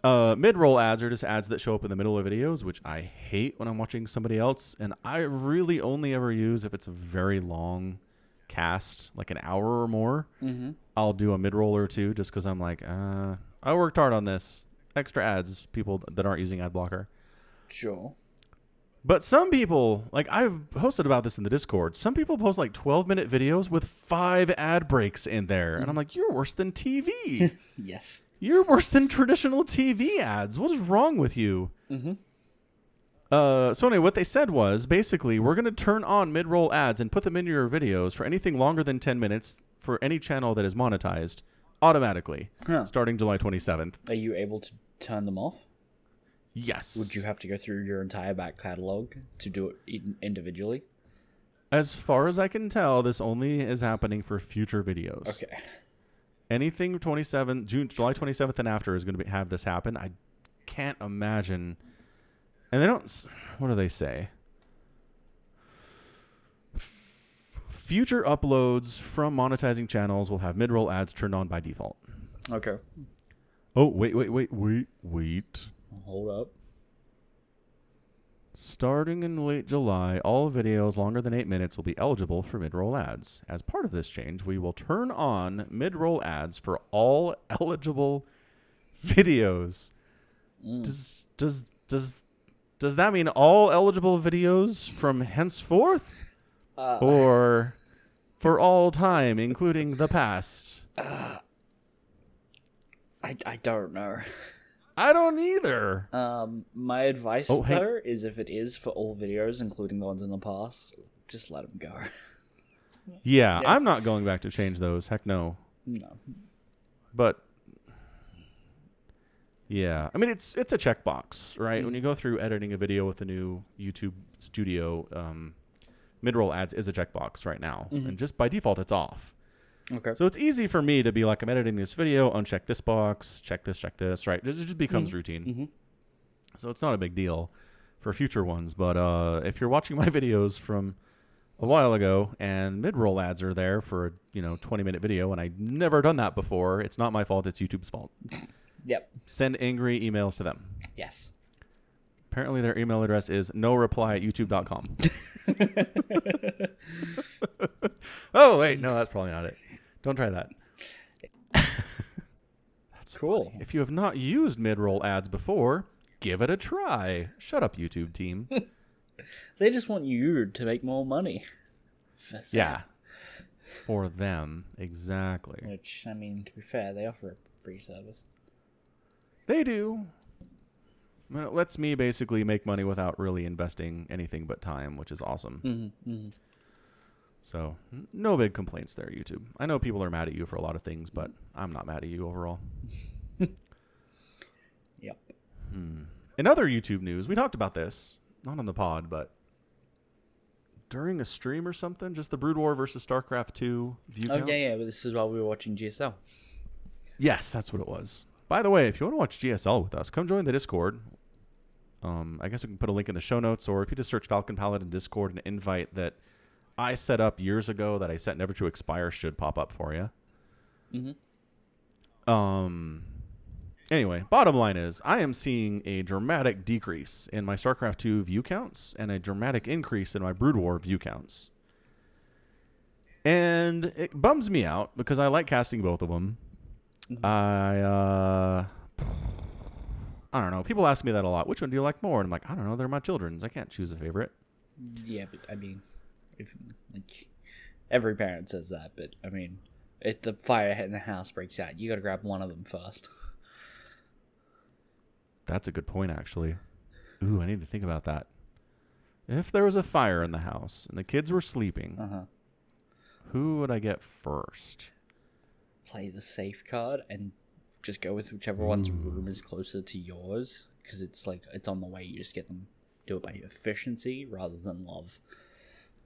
S1: uh, mid roll ads are just ads that show up in the middle of videos, which I hate when I'm watching somebody else. And I really only ever use if it's a very long cast, like an hour or more.
S2: Mm-hmm.
S1: I'll do a mid roll or two just because I'm like, uh, I worked hard on this. Extra ads, people that aren't using ad blocker.
S2: Sure.
S1: But some people, like I've posted about this in the Discord, some people post like 12 minute videos with five ad breaks in there. And I'm like, you're worse than TV.
S2: Yes.
S1: you're worse than traditional TV ads. What is wrong with you?
S2: Mm-hmm.
S1: Uh, so anyway, what they said was basically we're going to turn on mid-roll ads and put them into your videos for anything longer than 10 minutes for any channel that is monetized automatically
S2: Huh.
S1: starting July 27th.
S2: Are you able to turn them off?
S1: Yes.
S2: Would you have to go through your entire back catalog to do it in- individually?
S1: As far as I can tell, this only is happening for future videos.
S2: Okay.
S1: anything 27 June July 27th and after is going to be, have this happen. I can't imagine. And they don't s- what do they say? Future uploads from monetizing channels will have mid-roll ads turned on by default.
S2: Okay.
S1: Oh, wait, wait, wait, wait, wait.
S2: Hold up.
S1: Starting in late July, all videos longer than eight minutes will be eligible for mid roll ads. As part of this change, we will turn on mid roll ads for all eligible videos.
S2: Mm.
S1: Does does does does that mean all eligible videos from henceforth?
S2: Uh.
S1: or for all time, including the past?
S2: I, I don't know.
S1: I don't either.
S2: Um, my advice
S1: Oh, hey.
S2: though is if it is for all videos, including the ones in the past, just let them go.
S1: Yeah,
S2: Yeah.
S1: I'm not going back to change those. Heck no.
S2: no.
S1: but yeah i mean it's it's a checkbox right when you go through editing a video with the new youtube studio um, mid-roll ads is a checkbox right now and just by default it's off
S2: Okay.
S1: so it's easy for me to be like i'm editing this video uncheck this box check this check this right it just becomes routine
S2: Mhm.
S1: so it's not a big deal for future ones but uh, if you're watching my videos from a while ago and mid-roll ads are there for a you know 20 minute video and i've never done that before it's not my fault it's youtube's fault
S2: Yep.
S1: send angry emails to them.
S2: Yes.
S1: Apparently, their email address is no reply at youtube.com. oh, wait. No, that's probably not it. Don't try that. that's
S2: Cool.
S1: funny. If you have not used mid roll ads before, give it a try. Shut up, YouTube team.
S2: They just want you to make more money.
S1: yeah. For them. Exactly.
S2: Which I mean, to be fair, they offer a free service.
S1: They do. I mean, it lets me basically make money without really investing anything but time, which is awesome.
S2: Mm-hmm. mm-hmm.
S1: So, n- no big complaints there, YouTube. I know people are mad at you for a lot of things, but I'm not mad at you overall.
S2: Yep.
S1: In other YouTube news, we talked about this, not on the pod, but during a stream or something, just the Brood War versus StarCraft 2 view
S2: Oh
S1: counts.
S2: yeah, yeah. But this is while we were watching GSL.
S1: Yes, that's what it was. By the way, if you want to watch GSL with us, come join the Discord. Um, I guess we can put a link in the show notes, or if you just search Falcon Paladin Discord, an invite that I set up years ago that I set never to expire should pop up for you.
S2: Mhm.
S1: Um. Anyway, bottom line is I am seeing a dramatic decrease in my StarCraft 2 view counts and a dramatic increase in my Brood War view counts. And it bums me out because I like casting both of them. I uh I don't know. People ask me that a lot. Which one do you like more? And I'm like, I don't know. They're my children's. I can't choose a favorite.
S2: Yeah, but I mean, if like every parent says that, but I mean, if the fire in the house breaks out, you gotta grab one of them first.
S1: That's a good point, actually. Ooh, I need to think about that. If there was a fire in the house and the kids were sleeping,
S2: Uh huh.
S1: Who would I get first?
S2: Play the safe card and just go with whichever one's room is closer to yours because it's like it's on the way. You just get them do it by efficiency rather than love.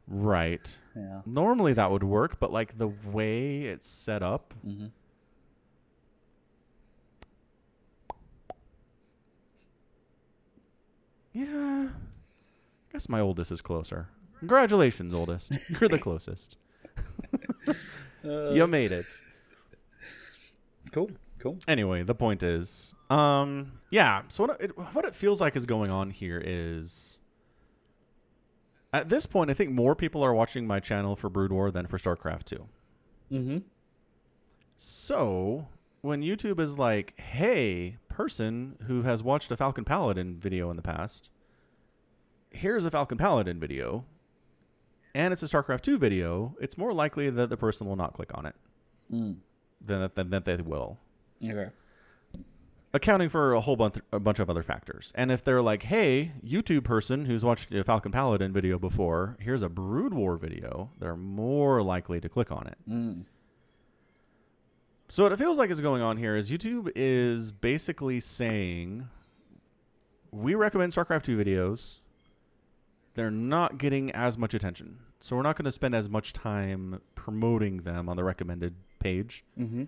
S1: Right.
S2: Yeah.
S1: Normally that would work, but like the way it's set up,
S2: Mm-hmm.
S1: yeah. I guess my oldest is closer. Congratulations, oldest. You're the closest. you made it.
S2: Cool. Cool.
S1: anyway, the point is, um, yeah. So what it, what it feels like is going on here is, at this point, I think more people are watching my channel for Brood War than for StarCraft Two.
S2: Mm-hmm.
S1: So when YouTube is like, "Hey, person who has watched a Falcon Paladin video in the past, here's a Falcon Paladin video." And it's a StarCraft 2 video, it's more likely that the person will not click on it
S2: Mm.
S1: than, than that they will.
S2: Okay.
S1: accounting for a whole bunch a bunch of other factors. And if they're like, "Hey, YouTube person who's watched a Falcon Paladin video before, here's a Brood War video," they're more likely to click on it.
S2: Mm.
S1: So what it feels like is going on here is YouTube is basically saying, "We recommend StarCraft 2 videos. They're not getting as much attention. So we're not going to spend as much time promoting them on the recommended page."
S2: Mm-hmm.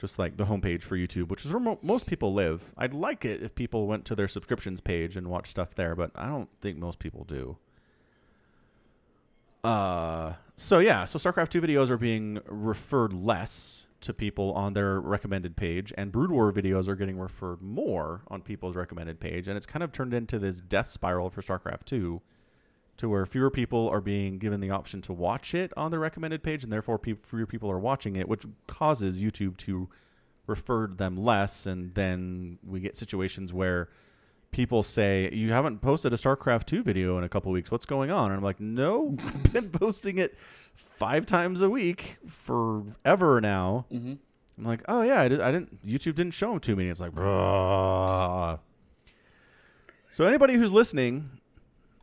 S1: just like the homepage for YouTube, which is where mo- most people live. I'd like it if people went to their subscriptions page and watched stuff there, but I don't think most people do. Uh, so yeah, so StarCraft 2 videos are being referred less to people on their recommended page, and Brood War videos are getting referred more on people's recommended page, and it's kind of turned into this death spiral for StarCraft 2 to where fewer people are being given the option to watch it on the recommended page, and therefore pe- fewer people are watching it, which causes YouTube to refer them less, and then we get situations where people say, "You haven't posted a StarCraft two video in a couple weeks. What's going on?" And I'm like, "No, I've been posting it five times a week forever now."
S2: Mm-hmm.
S1: I'm like, "Oh yeah, I, did, I didn't. YouTube didn't show them to me." It's like, bruh. So anybody who's listening,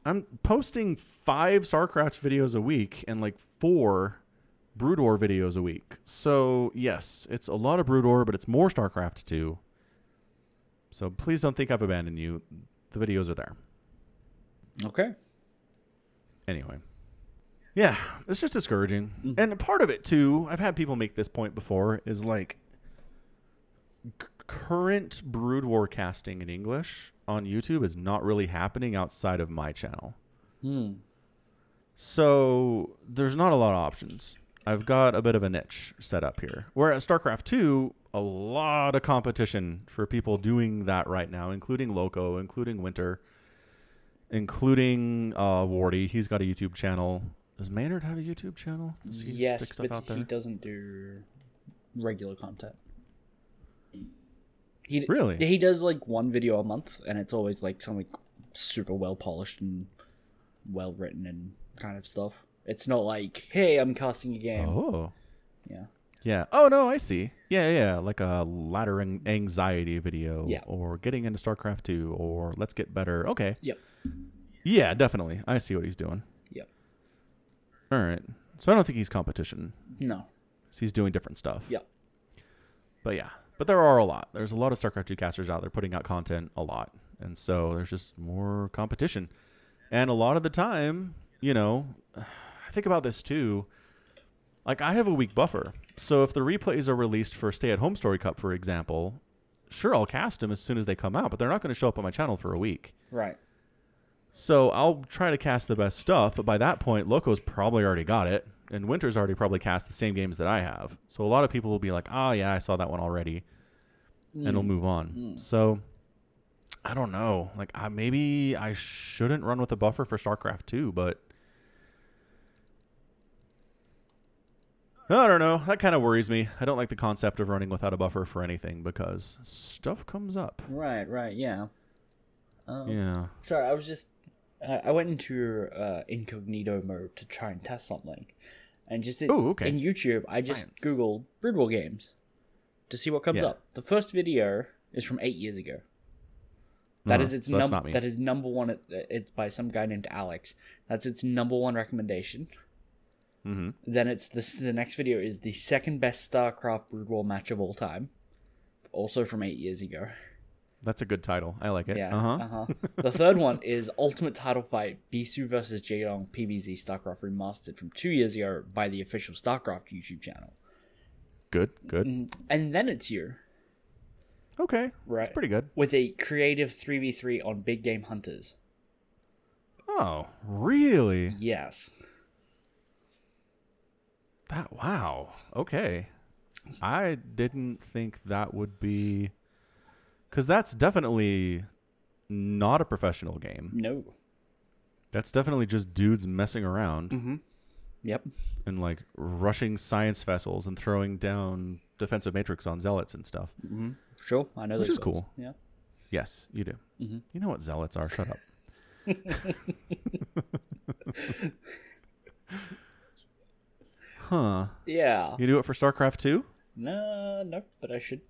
S1: I'm posting five StarCraft videos a week and like four Brood War videos a week. So yes, it's a lot of Brood War, but it's more StarCraft too. So please don't think I've abandoned you. The videos are there.
S2: Okay.
S1: Anyway. Yeah, it's just discouraging. And part of it too, I've had people make this point before, is like c- current Brood War casting in English on YouTube is not really happening outside of my channel.
S2: Hmm.
S1: So there's not a lot of options. I've got a bit of a niche set up here. Where at StarCraft 2, a lot of competition for people doing that right now, including Loco, including Winter, including uh, Wardy. He's got a YouTube channel. Does Maynard have a YouTube channel? Does he
S2: Yes,
S1: stick stuff
S2: but
S1: out there?
S2: he doesn't do regular content. He d-
S1: Really?
S2: He does like one video a month, and it's always like something super well polished and well written and kind of stuff. It's not like, hey, I'm casting a game.
S1: oh.
S2: Yeah.
S1: Yeah. Oh no, I see. Yeah, yeah, like a ladder an- anxiety video
S2: Yeah.
S1: or getting into StarCraft 2 or let's get better. Okay.
S2: Yep.
S1: Yeah, definitely. I see what he's doing.
S2: Yep.
S1: All right. So I don't think he's competition.
S2: No.
S1: 'cause he's doing different stuff.
S2: Yep.
S1: But yeah. But there are a lot. There's a lot of StarCraft 2 casters out there putting out content a lot. And so there's just more competition. And a lot of the time, you know, I think about this too. Like I have a week buffer. So if the replays are released for Stay at Home Story Cup, for example, sure I'll cast them as soon as they come out, but they're not going to show up on my channel for a week.
S2: Right.
S1: So I'll try to cast the best stuff, but by that point, Loco's probably already got it, and Winter's already probably cast the same games that I have. So a lot of people will be like, "Oh yeah, I saw that one already," and it'll move on.
S2: Mm-hmm. Mm.
S1: So I don't know. Like, I, maybe I shouldn't run with a buffer for StarCraft two, but I don't know. That kind of worries me. I don't like the concept of running without a buffer for anything because stuff comes up.
S2: Right. Right. Yeah. Um,
S1: Yeah.
S2: Sorry, I was just. I I went into uh, incognito mode to try and test something, and just in,
S1: Ooh, okay.
S2: in YouTube, I just
S1: Science.
S2: googled Brood War games to see what comes
S1: Yeah.
S2: up. The first video is from eight years ago. That
S1: Uh-huh.
S2: is its
S1: So that's
S2: number. uh,
S1: not me.
S2: that is number one. It, it's by some guy named Alex. That's its number one recommendation.
S1: Mm-hmm.
S2: Then it's this. The next video is the second best StarCraft Brood War match of all time, also from eight years ago.
S1: That's a good title. I like it.
S2: Yeah.
S1: Uh huh.
S2: uh-huh. the third one is Ultimate Title Fight Bisu versus Jadong PBZ StarCraft Remastered from two years ago by the official StarCraft YouTube channel.
S1: Good. Good.
S2: And then it's you
S1: Okay. It's
S2: Right.
S1: pretty good.
S2: with a creative 3v3 on Big Game Hunters.
S1: Oh, really?
S2: Yes.
S1: That wow. Okay. I didn't think that would be cuz that's definitely not a professional game.
S2: No.
S1: That's definitely just dudes messing around
S2: Yep.
S1: and like rushing science vessels and throwing down defensive matrix on zealots and stuff.
S2: Sure. I know
S1: Which
S2: those
S1: is
S2: words.
S1: cool.
S2: Yeah.
S1: Yes, you do. You know what zealots are. Shut up. huh.
S2: Yeah.
S1: You do it for StarCraft 2?
S2: No, no, but I should.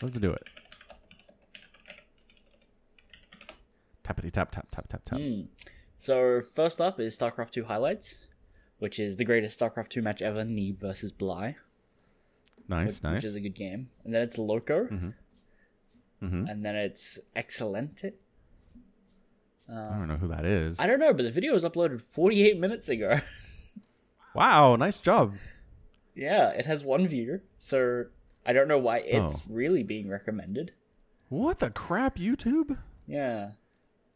S1: Let's do it. Tappity tap tap tap tap tap.
S2: Hmm. So first up is StarCraft 2 highlights, which is the greatest StarCraft 2 match ever, Neve versus Bly,
S1: nice,
S2: which
S1: nice.
S2: is a good game. And then it's Loco,
S1: Mhm.
S2: and then it's Excelente.
S1: I don't know who that is.
S2: I don't know, but the video was uploaded 48 minutes ago.
S1: Wow, nice job.
S2: yeah, it has one view, so I don't know why it's
S1: Oh.
S2: really being recommended.
S1: What the crap, YouTube?
S2: Yeah.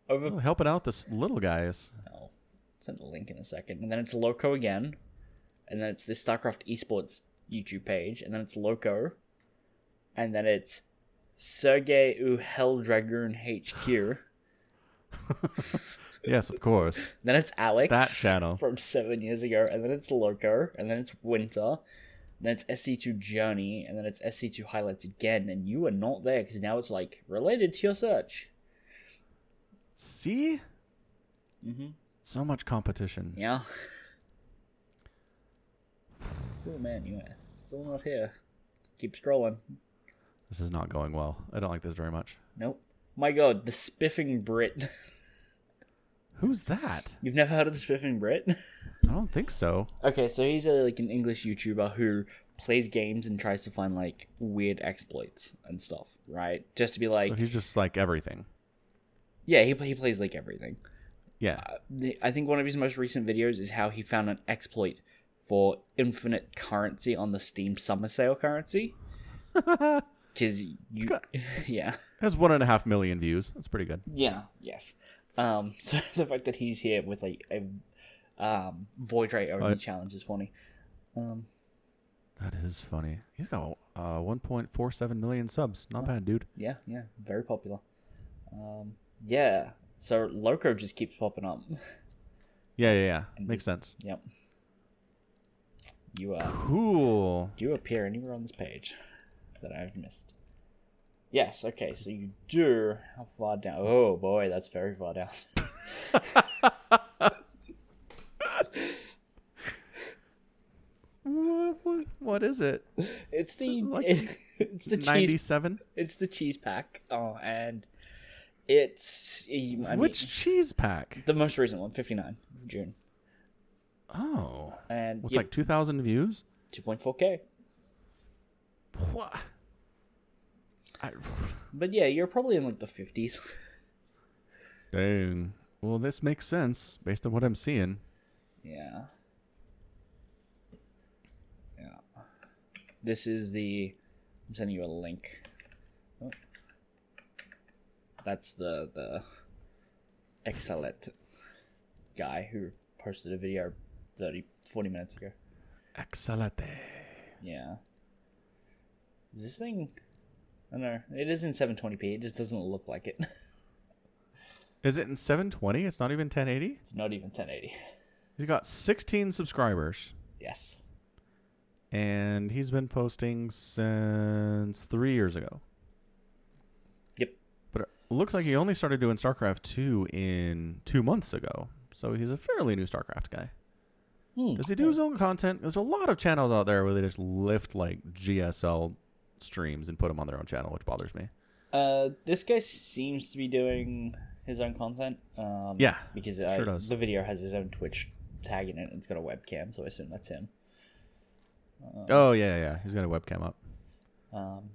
S2: Over
S1: Really helping out this little guys.
S2: I'll send a link in a second. And then it's Loco again. And then it's the StarCraft Esports YouTube page. And then it's Loco. And then it's Sergey Uhel Dragoon HQ.
S1: Yes, of course.
S2: then it's Alex
S1: That channel.
S2: from seven years ago. And then it's Loco. And then it's Winter. And then it's SC2 Journey. And then it's SC2 Highlights again. And you are not there because now it's like related to your search.
S1: See?
S2: Mhm.
S1: So much competition.
S2: Yeah. Oh man, you are still not here. Keep scrolling.
S1: This is not going well. I don't like this very much.
S2: Nope. My god, the spiffing Brit.
S1: Who's that?
S2: You've never heard of the spiffing Brit?
S1: I don't think so.
S2: okay, so he's a, like an English YouTuber who plays games and tries to find like weird exploits and stuff, right? Just to be like,
S1: So he's just like everything.
S2: yeah, he he plays like everything.
S1: Yeah.
S2: Uh, The- I think one of his most recent videos is how he found an exploit for infinite currency on the Steam Summer Sale currency. Because you,
S1: got-
S2: yeah.
S1: Has one and a half million views. That's pretty good.
S2: Yeah. Yes. Um. So the fact that he's here with like a um void rate only
S1: Right.
S2: challenge is funny. Um.
S1: That is funny. He's got uh, 1.47 million subs. Not bad, dude.
S2: Yeah. Yeah. Very popular. Um. Yeah. So Loco just keeps popping up.
S1: Yeah, yeah, yeah. Makes sense.
S2: Yep. You uh,
S1: Cool.
S2: do you appear anywhere on this page that I've missed? Yes. Okay. So you do. How far down? Oh boy, that's very far down.
S1: What, what- what is it?
S2: It's the
S1: like
S2: it's the cheese
S1: 97?
S2: It's the cheese pack. Oh, and it's e, I mean,
S1: Which cheese pack?
S2: the most recent one, 59 of June,
S1: Oh.
S2: and
S1: With
S2: yeah,
S1: like 2,000 views?
S2: 2.4k.
S1: What? I,
S2: But yeah, you're probably in like the 50s.
S1: dang. Well, this makes sense based on what I'm seeing.
S2: yeah. Yeah. This is the. I'm sending you a link. Oh. That's the the excellent guy who posted a video 30 40 minutes ago.
S1: Excelente.
S2: Yeah. Is this thing? I don't know. It is in 720p. It just doesn't look like it.
S1: Is it in 720? It's not even 1080?
S2: it's not even 1080.
S1: He's got 16 subscribers,
S2: Yes.
S1: and he's been posting since three years ago.
S2: Yep.
S1: But it looks like he only started doing StarCraft 2 in two months ago. So he's a fairly new StarCraft guy.
S2: Hmm.
S1: Does he do his own content? There's a lot of channels out there where they just lift like GSL streams and put them on their own channel, which bothers me.
S2: Uh, this guy seems to be doing his own content. Um,
S1: Yeah,
S2: Because
S1: sure
S2: I,
S1: does.
S2: the video has his own Twitch tag in it. It's got a webcam, so I assume that's him. Um,
S1: Oh yeah, yeah. He's got a webcam up.
S2: um,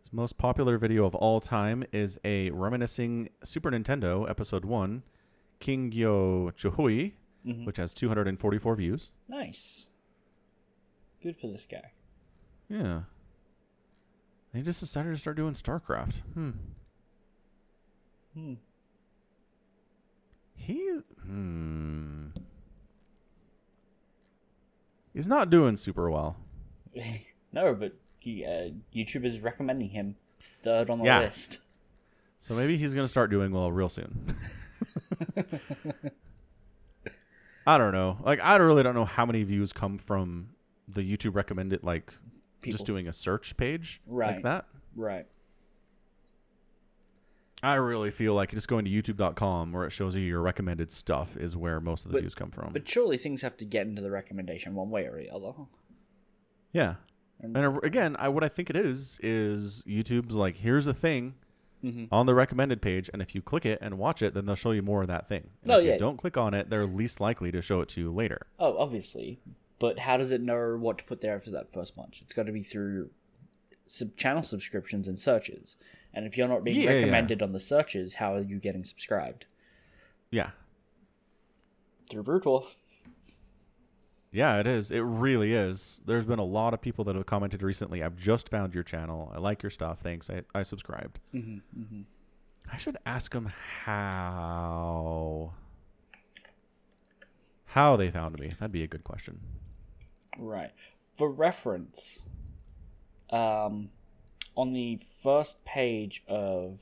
S1: His most popular video of all time is a reminiscing Super Nintendo Episode 1, Kingyo Chuhui,
S2: mhm.
S1: which has 244 views.
S2: nice. Good for this guy.
S1: Yeah. They just decided to start doing StarCraft. Hmm.
S2: Hmm.
S1: He. Hmm. He's not doing super well.
S2: no, but he, uh, YouTube is recommending him third on the
S1: Yeah.
S2: list.
S1: So maybe he's going to start doing well real soon. I don't know. Like, I really don't know how many views come from the YouTube recommended, like,
S2: People's-
S1: just doing a search page
S2: Right.
S1: like that.
S2: right.
S1: I really feel like just going to youtube.com where it shows you your recommended stuff is where most of the
S2: But-
S1: views come from.
S2: But surely things have to get into the recommendation one way or the other.
S1: yeah.
S2: And,
S1: And I- again, I, what I think it is, is YouTube's like, here's a thing
S2: Mhm.
S1: on the recommended page. And if you click it and watch it, then they'll show you more of that thing. And
S2: Oh,
S1: if
S2: yeah.
S1: you don't click on it, they're least likely to show it to you later.
S2: oh, obviously. But how does it know what to put there after that first bunch? It's got to be through sub- channel subscriptions and searches. And if you're not being
S1: Yeah, yeah.
S2: recommended on the searches, how are you getting subscribed?
S1: Yeah.
S2: Through Brutal.
S1: Yeah, it is. It really is. There's been a lot of people that have commented recently. I've just found your channel. I like your stuff. Thanks. I, I subscribed.
S2: hmm hmm
S1: I should ask them how how they found me. That'd be a good question.
S2: Right. For reference, um, on the first page of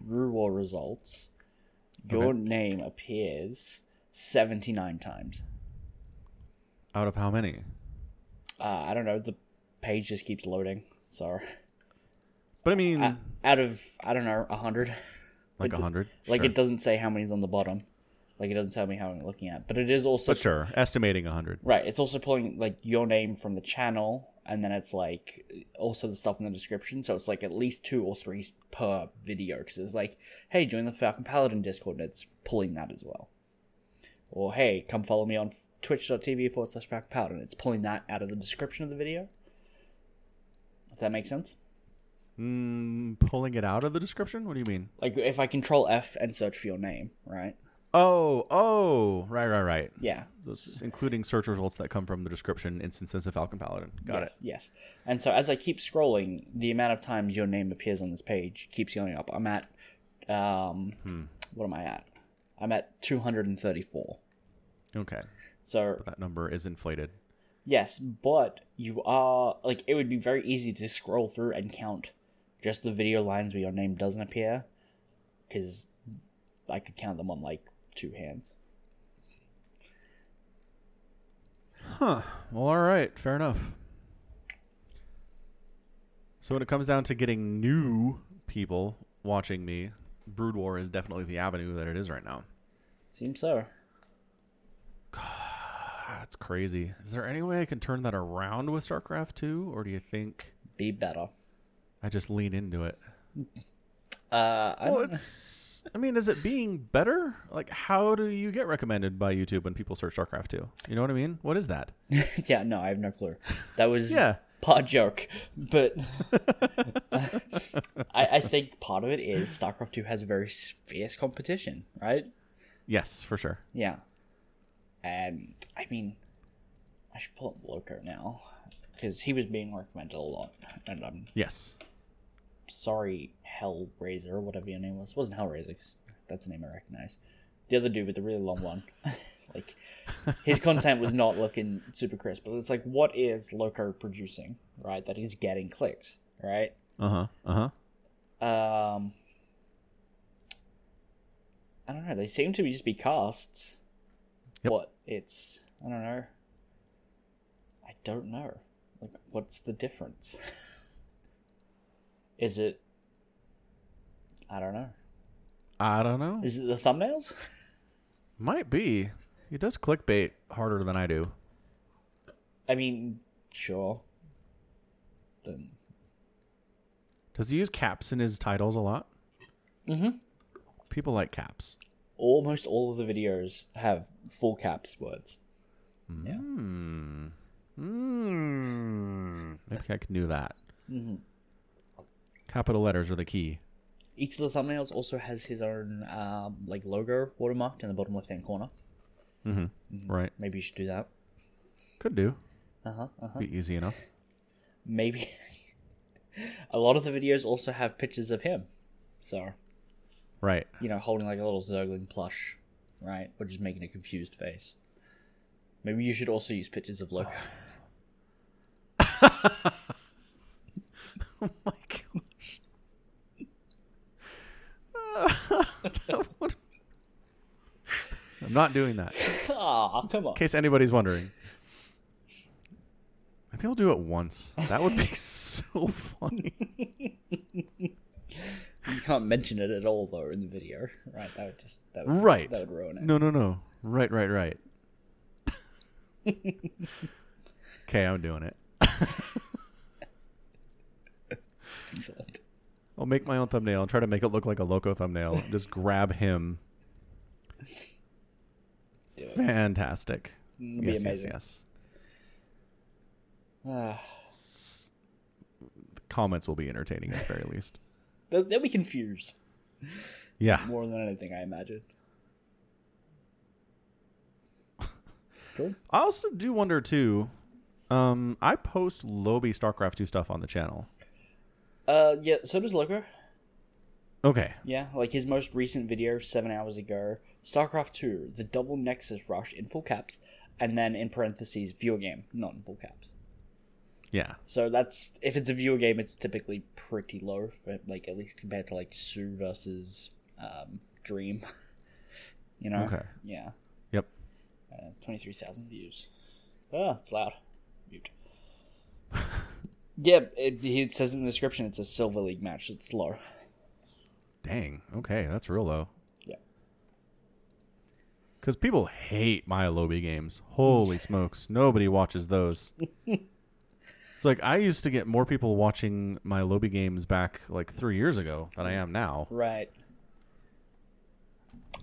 S2: Brew War results, your
S1: Okay.
S2: name appears 79 times.
S1: Out of how many?
S2: Uh, I don't know, the page just keeps loading. Sorry.
S1: But I mean,
S2: Uh, out of, I don't know, 100.
S1: like
S2: it
S1: a
S2: d-
S1: hundred.
S2: Like,
S1: sure.
S2: it doesn't say how many's on the bottom. Like, it doesn't tell me how many I'm looking at. But it is also
S1: But sure, estimating a hundred.
S2: Right. It's also pulling like your name from the channel, and then it's like also the stuff in the description. So it's like at least two or three per video because it's like, hey, join the Falcon Paladin Discord, and it's pulling that as well. Or hey, come follow me on twitch.tv forward slash Falcon Paladin. It's pulling that out of the description of the video. If that makes sense.
S1: Mm, pulling it out of the description. What do you mean?
S2: Like if I control F and search for your name, right?
S1: Oh, oh, right, right, right.
S2: Yeah.
S1: This is including search results that come from the description instances of Falcon Paladin. Got
S2: yes, Yes. And so as I keep scrolling, the amount of times your name appears on this page keeps going up. I'm at, um,
S1: Hmm.
S2: what am I at? I'm at 234.
S1: it. Okay,
S2: So
S1: that number is inflated.
S2: yes, but you are like it would be very easy to scroll through and count just the video lines where your name doesn't appear, because I could count them on like two hands.
S1: Huh. Well, all right. Fair enough. So when it comes down to getting new people watching me, Brood War is definitely the avenue that it is right now.
S2: Seems so.
S1: Ah, That's crazy. Is there any way I can turn that around with StarCraft 2 or do you think
S2: Be better.
S1: I just lean into it?
S2: Uh, I
S1: Well,
S2: don't know.
S1: it's I mean, is it being better? Like how do you get recommended by YouTube when people search StarCraft 2? You know what I mean? What is that?
S2: yeah, no, I have no clue. That was
S1: Yeah.
S2: part joke, but I, I think part of it is StarCraft Two has very s- fierce competition, right?
S1: Yes, for sure.
S2: Yeah, and I mean, I should pull up Loco now because he was being recommended a lot, and I'm
S1: Yes.
S2: sorry, Hellraiser or whatever your name was. It wasn't Hellraiser because that's a name I recognize. The other dude with the really long one, like his content was not looking super crisp. But it's like, what is Loco producing, right? That he's getting clicks, right?
S1: Uh-huh. Uh-huh.
S2: Um, I don't know. They seem to be just be casts.
S1: Yep.
S2: What it's, I don't know. I don't know. Like, what's the difference? Is it? I don't know.
S1: I don't know.
S2: Is it the thumbnails?
S1: Might be. He does clickbait harder than I do.
S2: I mean, sure. Then
S1: Does he use caps in his titles a lot?
S2: Mhm.
S1: People like caps.
S2: almost all of the videos have full caps words. Yeah.
S1: Hmm. Hmm. Maybe I can do that.
S2: Mhm.
S1: Capital letters are the key.
S2: Each of the thumbnails also has his own um, like logo watermarked in the bottom left hand corner.
S1: Mm-hmm. Right.
S2: Maybe you should do that.
S1: Could do.
S2: Uh huh. Uh huh.
S1: Be easy enough.
S2: Maybe. a lot of the videos also have pictures of him, so
S1: Right.
S2: you know, holding like a little zergling plush, right, or just making a confused face. Maybe you should also use pictures of Loco.
S1: Oh my gosh. That would- I'm not doing that. In
S2: Ah, come on.
S1: case anybody's wondering. Maybe I'll do it once. That would be so funny.
S2: You can't mention it at all though in the video, right? That would just that would,
S1: Right.
S2: That would ruin it.
S1: No, no, no. Right, right, right. okay, I'm doing it.
S2: Excellent.
S1: I'll make my own thumbnail and try to make it look like a loco thumbnail. Just grab him.
S2: Do it.
S1: Fantastic.
S2: It'd be amazing.
S1: yes,
S2: Ah,
S1: yes. The comments will be entertaining at the very least.
S2: they'll, they'll be confused
S1: Yeah.
S2: more than anything, I imagine. Cool.
S1: I also do wonder too. Um, I post Lobby StarCraft 2 stuff on the channel.
S2: Uh, yeah. So does Loco.
S1: Okay.
S2: Yeah, like his most recent video seven hours ago, StarCraft Two: The Double Nexus Rush in full caps, and then in parentheses, viewer game, not in full caps.
S1: Yeah.
S2: So that's if it's a viewer game, it's typically pretty low, for, like at least compared to like Sue versus um, Dream. you know.
S1: Okay.
S2: Yeah.
S1: Yep.
S2: Uh, Twenty-three thousand views. Oh, it's loud. Mute. yeah, it, he says in the description it's a Silver League match. It's low.
S1: Dang. Okay, that's real low.
S2: Yeah.
S1: Because people hate my Lobby games. Holy smokes. Nobody watches those. it's like I used to get more people watching my Lobby games back like three years ago than I am now.
S2: Right.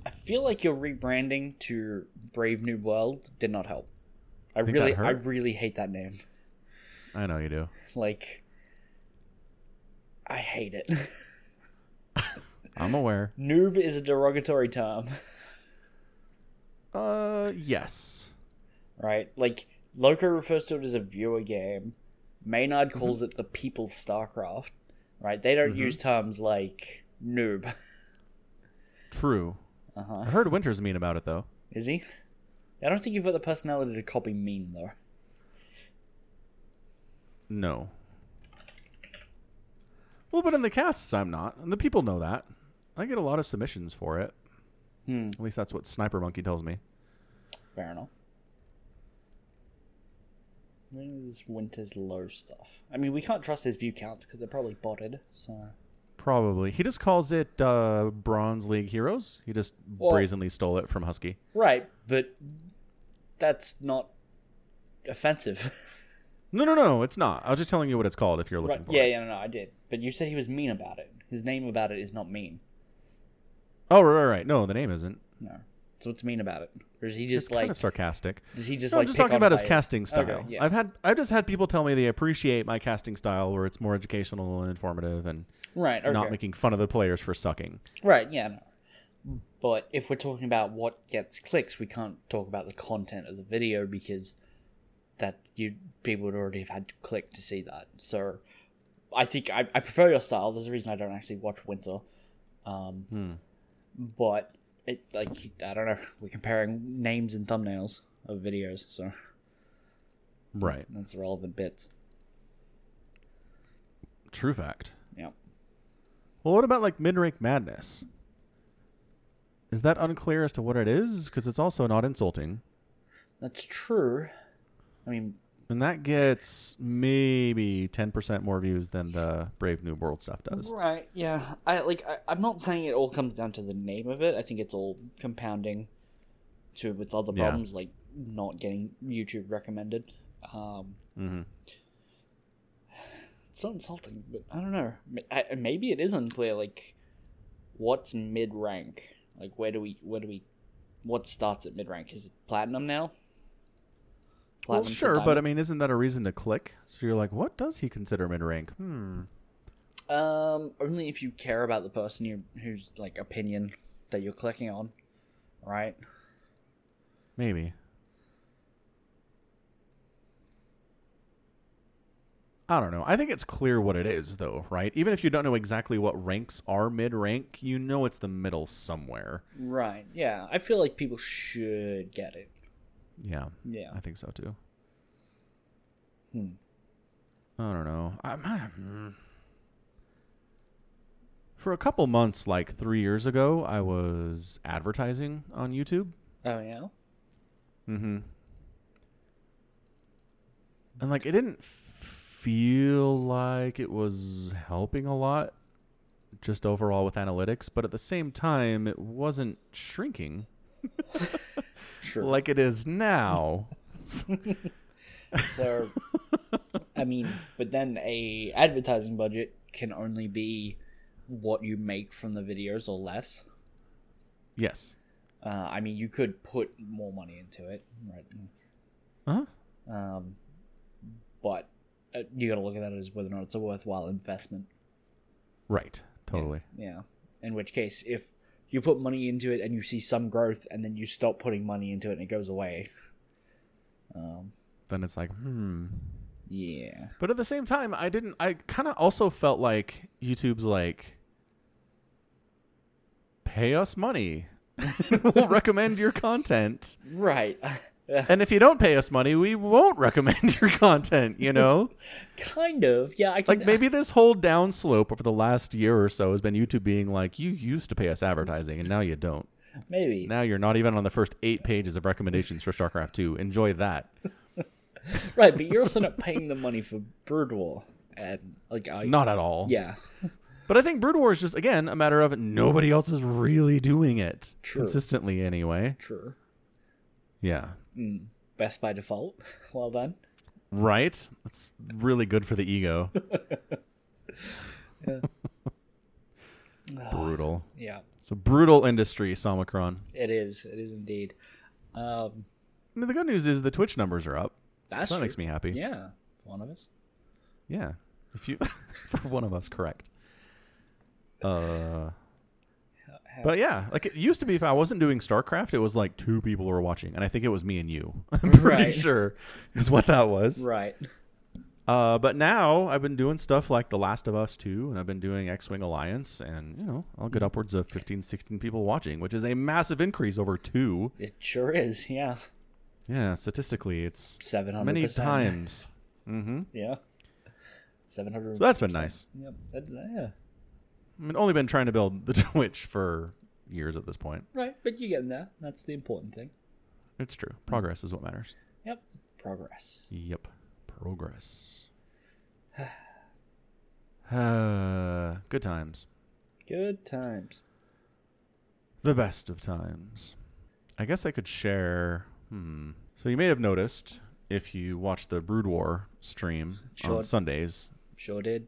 S2: I feel like your rebranding to Brave New World did not help. I
S1: Think that
S2: really, I
S1: hurt?
S2: really hate that name.
S1: I know you do.
S2: Like, I hate it.
S1: I'm aware.
S2: Noob is a derogatory term,
S1: Uh, yes.
S2: right? Like, Loco refers to it as a viewer game.
S1: Mm-hmm.
S2: Maynard calls it the People's StarCraft, right? They don't use terms like noob.
S1: True.
S2: Uh
S1: I
S2: huh.
S1: heard Winters mean about it though.
S2: Is he? I don't think you've got the personality to copy mean though.
S1: No. Well, but in the casts, I'm not, and the people know that. I get a lot of submissions for it.
S2: Hmm.
S1: At least that's what Sniper Monkey tells me.
S2: Fair enough. When is Winter's low stuff? I mean, we can't trust his view counts because they're probably botted. So
S1: Probably. He just calls it uh, Bronze League Heroes. He just
S2: Well-
S1: brazenly stole it from Husky.
S2: right, but that's not offensive.
S1: No, no, no, it's not. I was just telling you what it's called if you're looking
S2: right?
S1: for
S2: Yeah,
S1: it.
S2: yeah, no, no, I did. But you said he was mean about it. His name about it is not mean.
S1: Oh, right, right, right. No, the name isn't.
S2: No. So what's mean about it? Or is he
S1: It's
S2: just
S1: kind
S2: like?
S1: of sarcastic.
S2: does he just
S1: No,
S2: like?
S1: I'm just
S2: pick
S1: talking
S2: on
S1: about his
S2: players?
S1: casting style.
S2: Okay, yeah.
S1: I've had I've just had people tell me they appreciate my casting style where it's more educational and informative and
S2: right. Okay.
S1: not making fun of the players for sucking.
S2: Right, yeah. No. But if we're talking about what gets clicks, we can't talk about the content of the video because that you people would already have had to click to see that. So I think I, I prefer your style. There's a reason I don't actually watch Winter. Um,
S1: Hmm.
S2: But it like I don't know. We're comparing names and thumbnails of videos, so
S1: Right.
S2: that's the relevant bits.
S1: True fact.
S2: Yeah.
S1: Well, what about like mid rank madness? Is that unclear as to what it is? Because it's also not insulting.
S2: That's true. I mean,
S1: And that gets maybe 10% more views than the Brave New World stuff does.
S2: Right. Yeah. I like. I, I'm not saying it all comes down to the name of it. I think it's all compounding to with other
S1: Yeah.
S2: problems like not getting YouTube recommended. Um,
S1: Mm-hmm.
S2: it's not insulting, but I don't know. M- I, maybe it is unclear. Like, what's mid rank? Like, where do we, where do we, what starts at mid rank? Is it platinum now?
S1: Well,
S2: to
S1: sure, but I
S2: diamond?
S1: mean, isn't that a reason to click? So you're like, what does he consider mid rank? Hmm.
S2: um, only if you care about the person you whose like opinion that you're clicking on, right?
S1: Maybe. I don't know. I think it's clear what it is, though, right? Even if you don't know exactly what ranks are mid rank, you know it's the middle somewhere.
S2: Right. Yeah, I feel like people should get it.
S1: Yeah,
S2: Yeah.
S1: I think so too.
S2: Hmm.
S1: I don't know. I'm, I'm- for a couple months, like three years ago, I was advertising on YouTube.
S2: Oh yeah.
S1: Mm-hmm. And like it didn't feel like it was helping a lot just overall with analytics, but at the same time it wasn't shrinking
S2: Sure.
S1: like it is now.
S2: So, I mean, but then a advertising budget can only be what you make from the videos or less.
S1: yes.
S2: Uh, I mean, you could put more money into it, right?
S1: Uh-huh.
S2: Um, but uh, you got to look at that as whether or not it's a worthwhile investment.
S1: Right. Totally.
S2: Yeah. In which case, if you put money into it and you see some growth, and then you stop putting money into it and it goes away. Um.
S1: Then it's like, hmm.
S2: Yeah.
S1: But at the same time, I didn't I kind of also felt like YouTube's like pay us money. we'll recommend your content.
S2: Right. Uh,
S1: And if you don't pay us money, we won't recommend your content, you know?
S2: kind of. Yeah. I can,
S1: like maybe this whole downslope over the last year or so has been YouTube being like, you used to pay us advertising and now you don't.
S2: maybe.
S1: Now you're not even on the first eight pages of recommendations for StarCraft 2. Enjoy that.
S2: Right, but you're also not paying the money for Bird War. And, like, I.
S1: Not at all.
S2: Yeah.
S1: But I think Brood War is just, again, a matter of nobody else is really doing it.
S2: True.
S1: Consistently, anyway.
S2: True.
S1: Yeah.
S2: Mm. Best by default. Well done.
S1: Right? That's really good for the ego. brutal.
S2: Yeah,
S1: It's a brutal industry, Somicron.
S2: it is. It is indeed. Um,
S1: I mean, the good news is the Twitch numbers are up.
S2: that's
S1: so that
S2: true.
S1: makes me happy.
S2: Yeah. One of us.
S1: Yeah. If you for one of us, correct. Uh,
S2: How-
S1: but yeah, like it used to be if I wasn't doing StarCraft, it was like two people were watching, and I think it was me and you. I'm pretty
S2: Right.
S1: sure is what that was.
S2: Right.
S1: Uh, but now I've been doing stuff like The Last of Us 2, and I've been doing X-Wing Alliance, and you know I'll get upwards of 15, 16 people watching, which is a massive increase over two.
S2: It sure is. Yeah.
S1: Yeah, statistically, it's
S2: 700
S1: many times. mm-hmm.
S2: Yeah. 700.
S1: So that's been nice.
S2: Yep. That, yeah.
S1: I mean, only been trying to build the Twitch for years at this point.
S2: Right, but you're getting there. That's the important thing.
S1: It's true. Progress is what matters.
S2: Yep. Progress.
S1: Yep. Progress. Uh, good times.
S2: Good times.
S1: The best of times. I guess I could share. Hmm. So you may have noticed if you watch the Brood War stream
S2: Sure.
S1: on Sundays
S2: Sure did.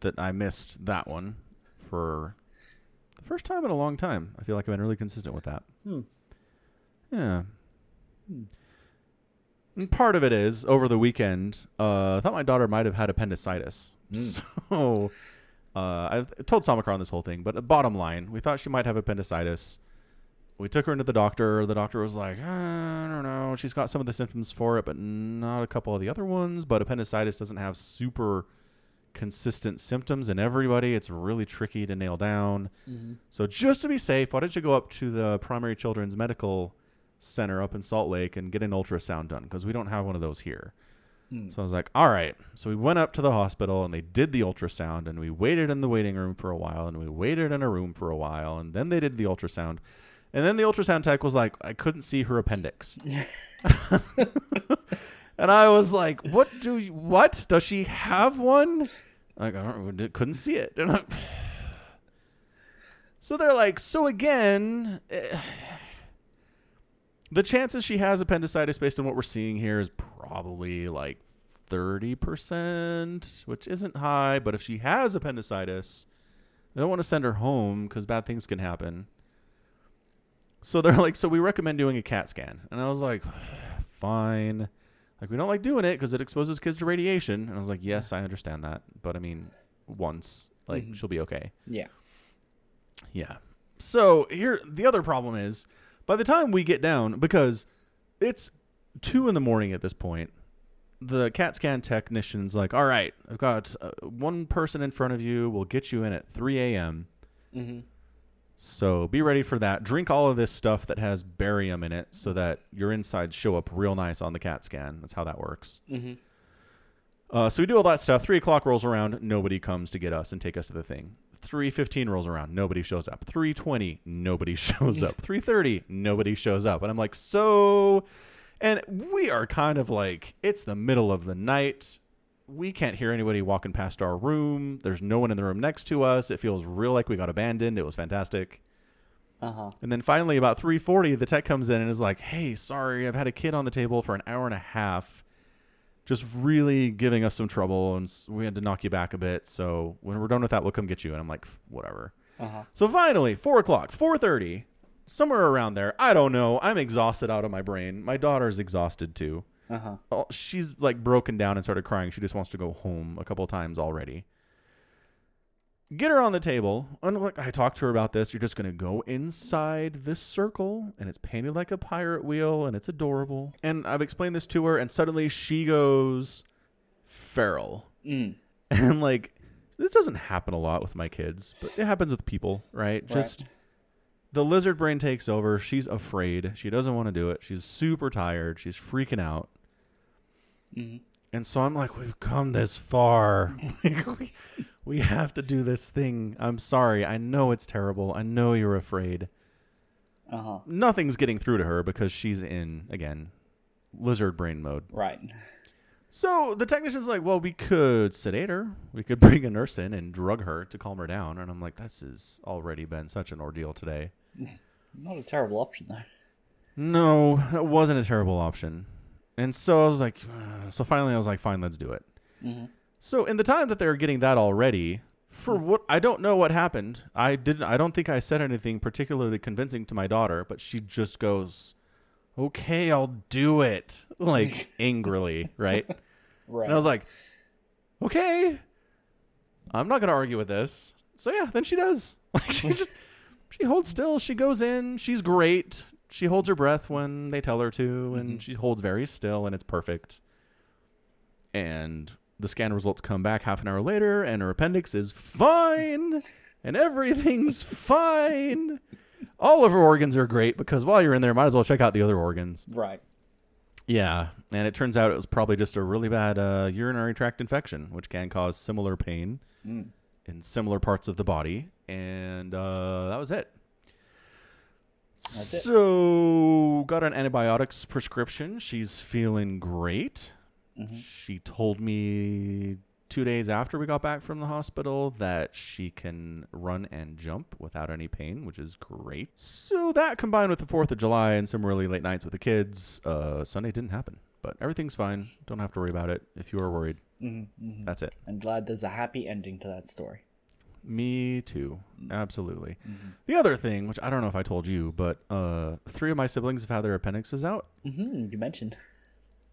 S1: that I missed that one for the first time in a long time. I feel like I've been really consistent with that.
S2: Hmm.
S1: Yeah. Hmm. And part of it is over the weekend. Uh, I thought my daughter might have had appendicitis, so uh, I've told Samacron this whole thing. But uh, bottom line, we thought she might have appendicitis. We took her into the doctor. The doctor was like, "Uh, I don't know. She's got some of the symptoms for it, but not a couple of the other ones. But appendicitis doesn't have super consistent symptoms in everybody. It's really tricky to nail down.
S2: Mhm.
S1: So just to be safe, why don't you go up to the primary children's medical center up in Salt Lake and get an ultrasound done because we don't have one of those here.
S2: Mm.
S1: So I was like, all right. So we went up to the hospital and they did the ultrasound and we waited in the waiting room for a while and we waited in a room for a while and then they did the ultrasound. And then the ultrasound tech was like, I couldn't see her appendix. and I was like, what do you, what? Does she have one? Like, I don't, couldn't see it. And I- so they're like, so again, eh, the chances she has appendicitis based on what we're seeing here is probably like 30%, which isn't high. But if she has appendicitis, I don't want to send her home because bad things can happen. So they're like, so we recommend doing a CAT scan. And I was like, fine. Like, we don't like doing it because it exposes kids to radiation. And I was like, yes, I understand that. But I mean, once, like,
S2: Mhm.
S1: she'll be okay.
S2: Yeah.
S1: Yeah. So here, the other problem is by the time we get down, because it's two in the morning at this point, the CAT scan technician's like, all right, I've got uh, one person in front of you. We'll get you in at 3 a.m.
S2: Mm-hmm.
S1: So be ready for that. Drink all of this stuff that has barium in it so that your insides show up real nice on the CAT scan. That's how that works.
S2: Mm-hmm.
S1: Uh, so we do all that stuff. Three o'clock rolls around, nobody comes to get us and take us to the thing. Three fifteen rolls around, nobody shows up. Three twenty, nobody shows up. Three thirty, nobody shows up. And I'm like, so, and we are kind of like, it's the middle of the night. We can't hear anybody walking past our room. There's no one in the room next to us. It feels real like we got abandoned. It was fantastic.
S2: Uh huh.
S1: And then finally, about 3:40, the tech comes in and is like, "Hey, sorry, I've had a kid on the table for an hour and a half, just really giving us some trouble, and s- we had to knock you back a bit. So when we're done with that, we'll come get you." And I'm like, "F- "Whatever."
S2: Uh huh.
S1: So finally, four o'clock, 4:30, somewhere around there. I don't know. I'm exhausted out of my brain. My daughter's exhausted too.
S2: Uh huh.
S1: Oh, she's like broken down and started crying. She just wants to go home a couple times already. Get her on the table. And like I talked to her about this. You're just gonna go inside this circle, and it's painted like a pirate wheel, and it's adorable. And I've explained this to her, and suddenly she goes feral.
S2: Mm.
S1: And like this doesn't happen a lot with my kids, but it happens with people, right? Just the lizard brain takes over. She's afraid. She doesn't want to do it. She's super tired. She's freaking out.
S2: Mm-hmm.
S1: And so I'm like, we've come this far. Like, we, we have to do this thing. I'm sorry. I know it's terrible. I know you're afraid.
S2: Uh huh.
S1: Nothing's getting through to her because she's in, again, lizard brain mode.
S2: Right.
S1: So the technician's like, well, we could sedate her. We could bring a nurse in and drug her to calm her down. And I'm like, this has already been such an ordeal today.
S2: Not a terrible option though.
S1: No, that wasn't a terrible option. And so I was like, "Ugh." so finally I was like, fine, let's do it.
S2: Mm-hmm.
S1: So in the time that they were getting that already, for what I don't know what happened. I didn't I don't think I said anything particularly convincing to my daughter, but she just goes, "Okay, I'll do it." Like angrily, right?
S2: Right.
S1: And I was like, "Okay. I'm not going to argue with this." So yeah, then she does. Like she just she holds still, she goes in, she's great. She holds her breath when they tell her to and
S2: Mhm.
S1: she holds very still and it's perfect and the scan results come back half an hour later and her appendix is fine and everything's fine all of her organs are great because while you're in there might as well check out the other organs
S2: right.
S1: yeah and it turns out it was probably just a really bad uh, urinary tract infection which can cause similar pain
S2: Mm.
S1: in similar parts of the body and uh, that was it
S2: it.
S1: so got an antibiotics prescription she's feeling great
S2: Mm-hmm.
S1: she told me two days after we got back from the hospital that she can run and jump without any pain, which is great. So that combined with the 4th of July and some really late nights with the kids, uh, Sunday didn't happen. But everything's fine. Don't have to worry about it. If you are worried,
S2: Mm-hmm. Mm-hmm.
S1: that's it.
S2: I'm glad there's a happy ending to that story.
S1: Me too. Absolutely.
S2: Mhm.
S1: The other thing, which I don't know if I told you, but uh, three of my siblings have had their appendixes out.
S2: Mm-hmm. You mentioned.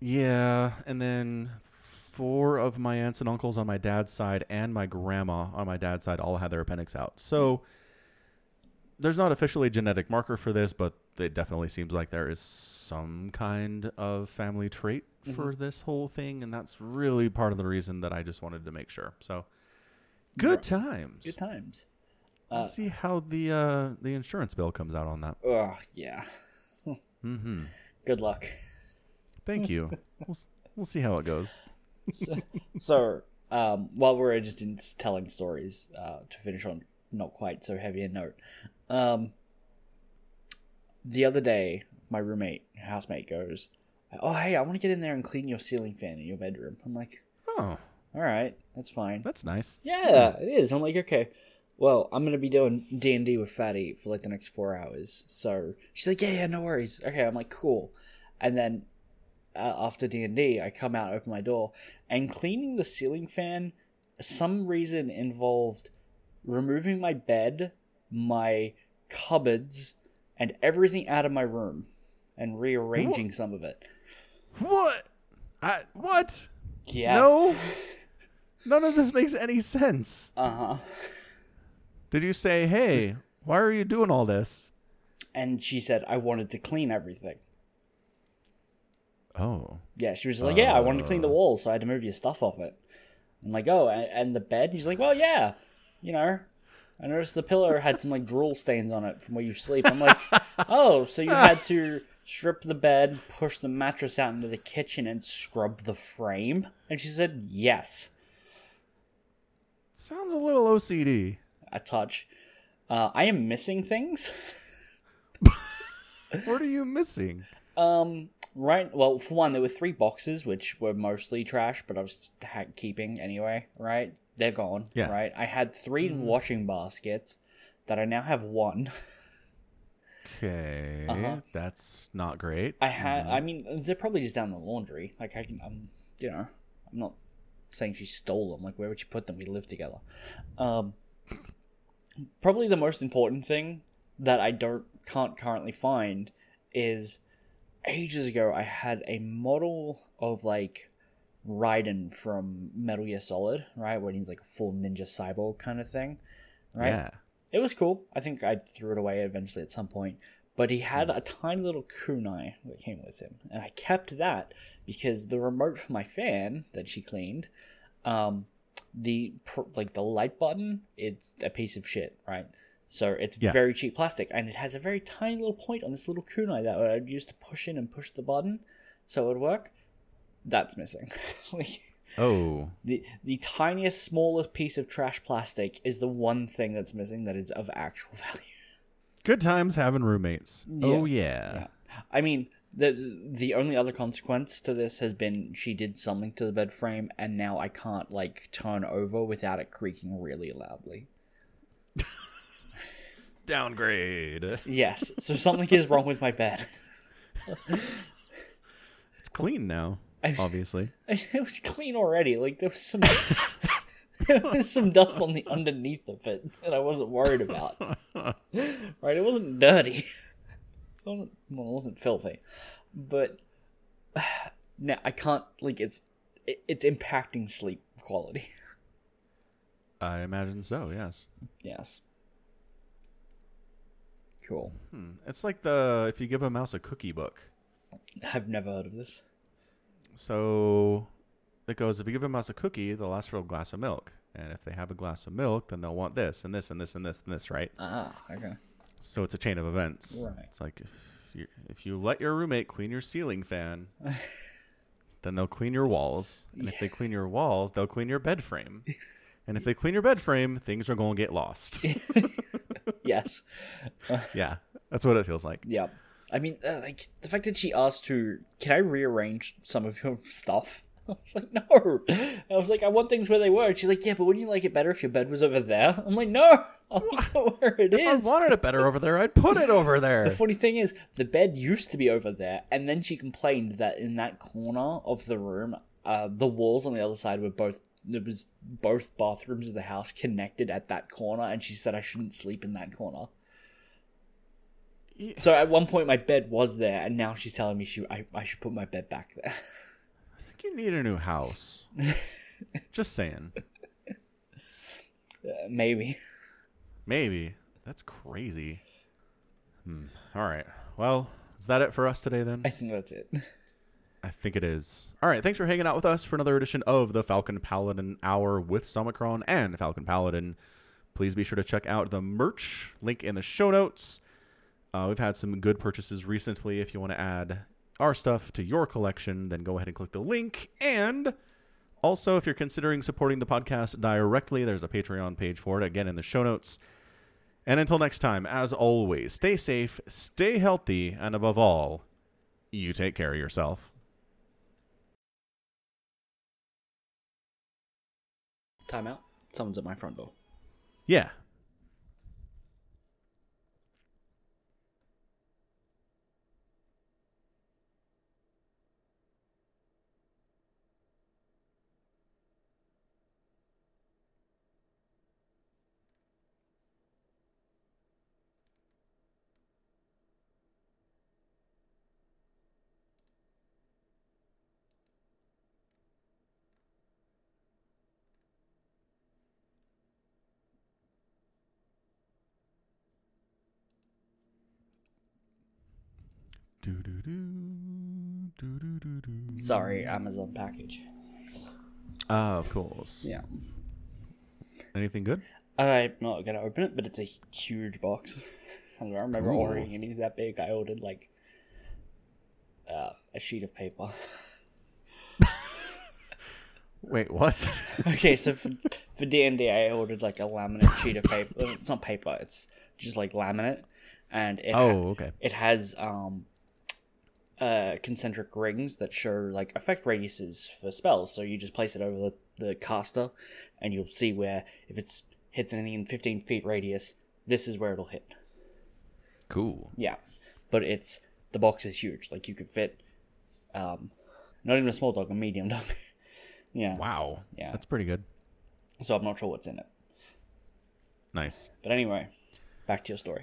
S1: Yeah, and then four of my aunts and uncles on my dad's side and my grandma on my dad's side all had their appendix out. So there's not officially a genetic marker for this, but it definitely seems like there is some kind of family trait for this whole thing, and that's really part of the reason that I just wanted to make sure. So good
S2: Right.
S1: times.
S2: Good times.
S1: We'll
S2: Uh,
S1: see how the uh, the insurance bill comes out on that.
S2: Oh yeah.
S1: hmm
S2: Good luck.
S1: Thank you. we'll, s- we'll see how it goes.
S2: so, um, while we're just in s- telling stories, uh, to finish on not quite so heavy a note, um, the other day, my roommate, housemate, goes, "Oh, hey, I want to get in there and clean your ceiling fan in your bedroom." I'm like,
S1: Oh,
S2: "All right, that's fine."
S1: that's nice.
S2: Yeah, it is. I'm like, okay, well, I'm gonna be doing D and D with Fatty for like the next four hours. So she's like, yeah, yeah, no worries. Okay, I'm like, cool. And then uh, after D and D, I come out, open my door, and cleaning the ceiling fan, some reason involved removing my bed, my cupboards, and everything out of my room and rearranging some of it.
S1: What? I, what?
S2: Yeah.
S1: No. None of this makes any sense.
S2: Uh huh.
S1: Did you say, "Hey, why are you doing all this?"
S2: And she said, I wanted to clean everything.
S1: Oh.
S2: Yeah, she was like, Yeah, I wanted to clean the walls, so I had to move your stuff off it. I'm like, Oh, and, and the bed? And she's like, Well, yeah, you know. I noticed the pillow had some like drool stains on it from where you sleep. I'm like, Oh, so you had to strip the bed, push the mattress out into the kitchen, and scrub the frame? And she said, Yes,
S1: Sounds a little OCD.
S2: a touch. Uh, I am missing things.
S1: What are you missing?
S2: Um, right. Well, for one, there were three boxes which were mostly trash, but I was ha- keeping anyway. Right, they're gone.
S1: Yeah.
S2: Right. I had three washing baskets that I now have one.
S1: Okay,
S2: Uh-huh.
S1: that's not great. Mm,
S2: I had. I mean, they're probably just down in the laundry. Like I can. Um, you know, I'm not saying she stole them. Like where would she put them? We live together. Um, probably the most important thing that I don't can't currently find is ages ago I had a model of like Raiden from Metal Gear Solid, right? When he's like a full ninja cyborg kind of thing, right?
S1: Yeah.
S2: It was cool. I think I threw it away eventually at some point. But he had a tiny little kunai that came with him. And I kept that because the remote for my fan that she cleaned, um, the pr- like the light button, it's a piece of shit, right? So it's
S1: Yeah.
S2: very cheap plastic, and it has a very tiny little point on this little kunai that I'd use to push in and push the button, so it would work. That's missing. Like,
S1: Oh.
S2: the the tiniest, smallest piece of trash plastic is the one thing that's missing that is of actual value.
S1: Good times having roommates. Oh yeah.
S2: Yeah. I mean, the the only other consequence to this has been she did something to the bed frame, and now I can't like turn over without it creaking really loudly.
S1: Downgrade.
S2: Yes, so something is wrong with my bed.
S1: It's clean now,
S2: I-
S1: obviously.
S2: It was clean already. Like there was some there was some dust on the underneath of it that I wasn't worried about. right, it wasn't dirty. It wasn't, well, it wasn't filthy, but now I can't like it's it, it's impacting sleep quality.
S1: I imagine so. Yes.
S2: Yes. Cool.
S1: Hmm. It's like the if you give a mouse a cookie book.
S2: I've never heard of this.
S1: So it goes if you give a mouse a cookie, they'll ask for a glass of milk. And if they have a glass of milk, then they'll want this and this and this and this and this, right?
S2: Ah, okay.
S1: So it's a chain of events.
S2: Right.
S1: It's like if you if you let your roommate clean your ceiling fan, then they'll clean your walls, and if they clean your walls, they'll clean your bed frame. And if they clean your bed frame, things are going to get lost.
S2: Yes.
S1: yeah, that's what it feels like.
S2: Yeah. I mean, uh, like the fact that she asked to, can I rearrange some of your stuff? I was like, no. I was like, I want things where they were. And she's like, yeah, but wouldn't you like it better if your bed was over there? I'm like, no. I like it where it
S1: If I
S2: is.
S1: wanted it better over there, I'd put it over
S2: The
S1: there.
S2: funny thing is, the bed used to be over there, and then she complained that in that corner of the room, uh, the walls on the other side were both there was both bathrooms of the house connected at that corner, and she said I shouldn't sleep in that corner.
S1: Yeah.
S2: So at one point my bed was there, and now she's telling me she I, I should put my bed back there.
S1: I think you need a new house. Just saying.
S2: Uh, Maybe.
S1: Maybe. That's crazy. Hmm. All right. Well, is that it for us today then?
S2: I think that's it.
S1: I think it is. All right, thanks for hanging out with us for another edition of the Falcon Paladin Hour with Stomachron and Falcon Paladin. Please be sure to check out the merch link in the show notes. Uh, we've had some good purchases recently. If you want to add our stuff to your collection, then go ahead and click the link. And also, if you're considering supporting the podcast directly, there's a Patreon page for it, again, in the show notes. And until next time, as always, stay safe, stay healthy, and above all, you take care of yourself.
S2: Time out. Someone's at my front door.
S1: Yeah. Doo-doo-doo, doo-doo-doo-doo.
S2: Sorry, Amazon package.
S1: Ah, of course.
S2: Yeah.
S1: Anything good?
S2: I'm not gonna open it, but it's a huge box. I don't remember
S1: Cool.
S2: ordering anything that big. I ordered like uh, a sheet of paper.
S1: Wait, what?
S2: okay, so for, for D and D, I ordered like a laminate sheet of paper. It's not paper. It's just like laminate, and it ha-
S1: oh, okay.
S2: it has um uh concentric rings that show like effect radiuses for spells so you just place it over the, the caster and you'll see where if it's hits anything in 15 feet radius this is where it'll hit
S1: Cool.
S2: yeah but it's the box is huge like you could fit um not even a small dog a medium dog yeah
S1: Wow.
S2: Yeah.
S1: That's pretty good.
S2: so i'm not sure what's in it
S1: Nice.
S2: but anyway back to your story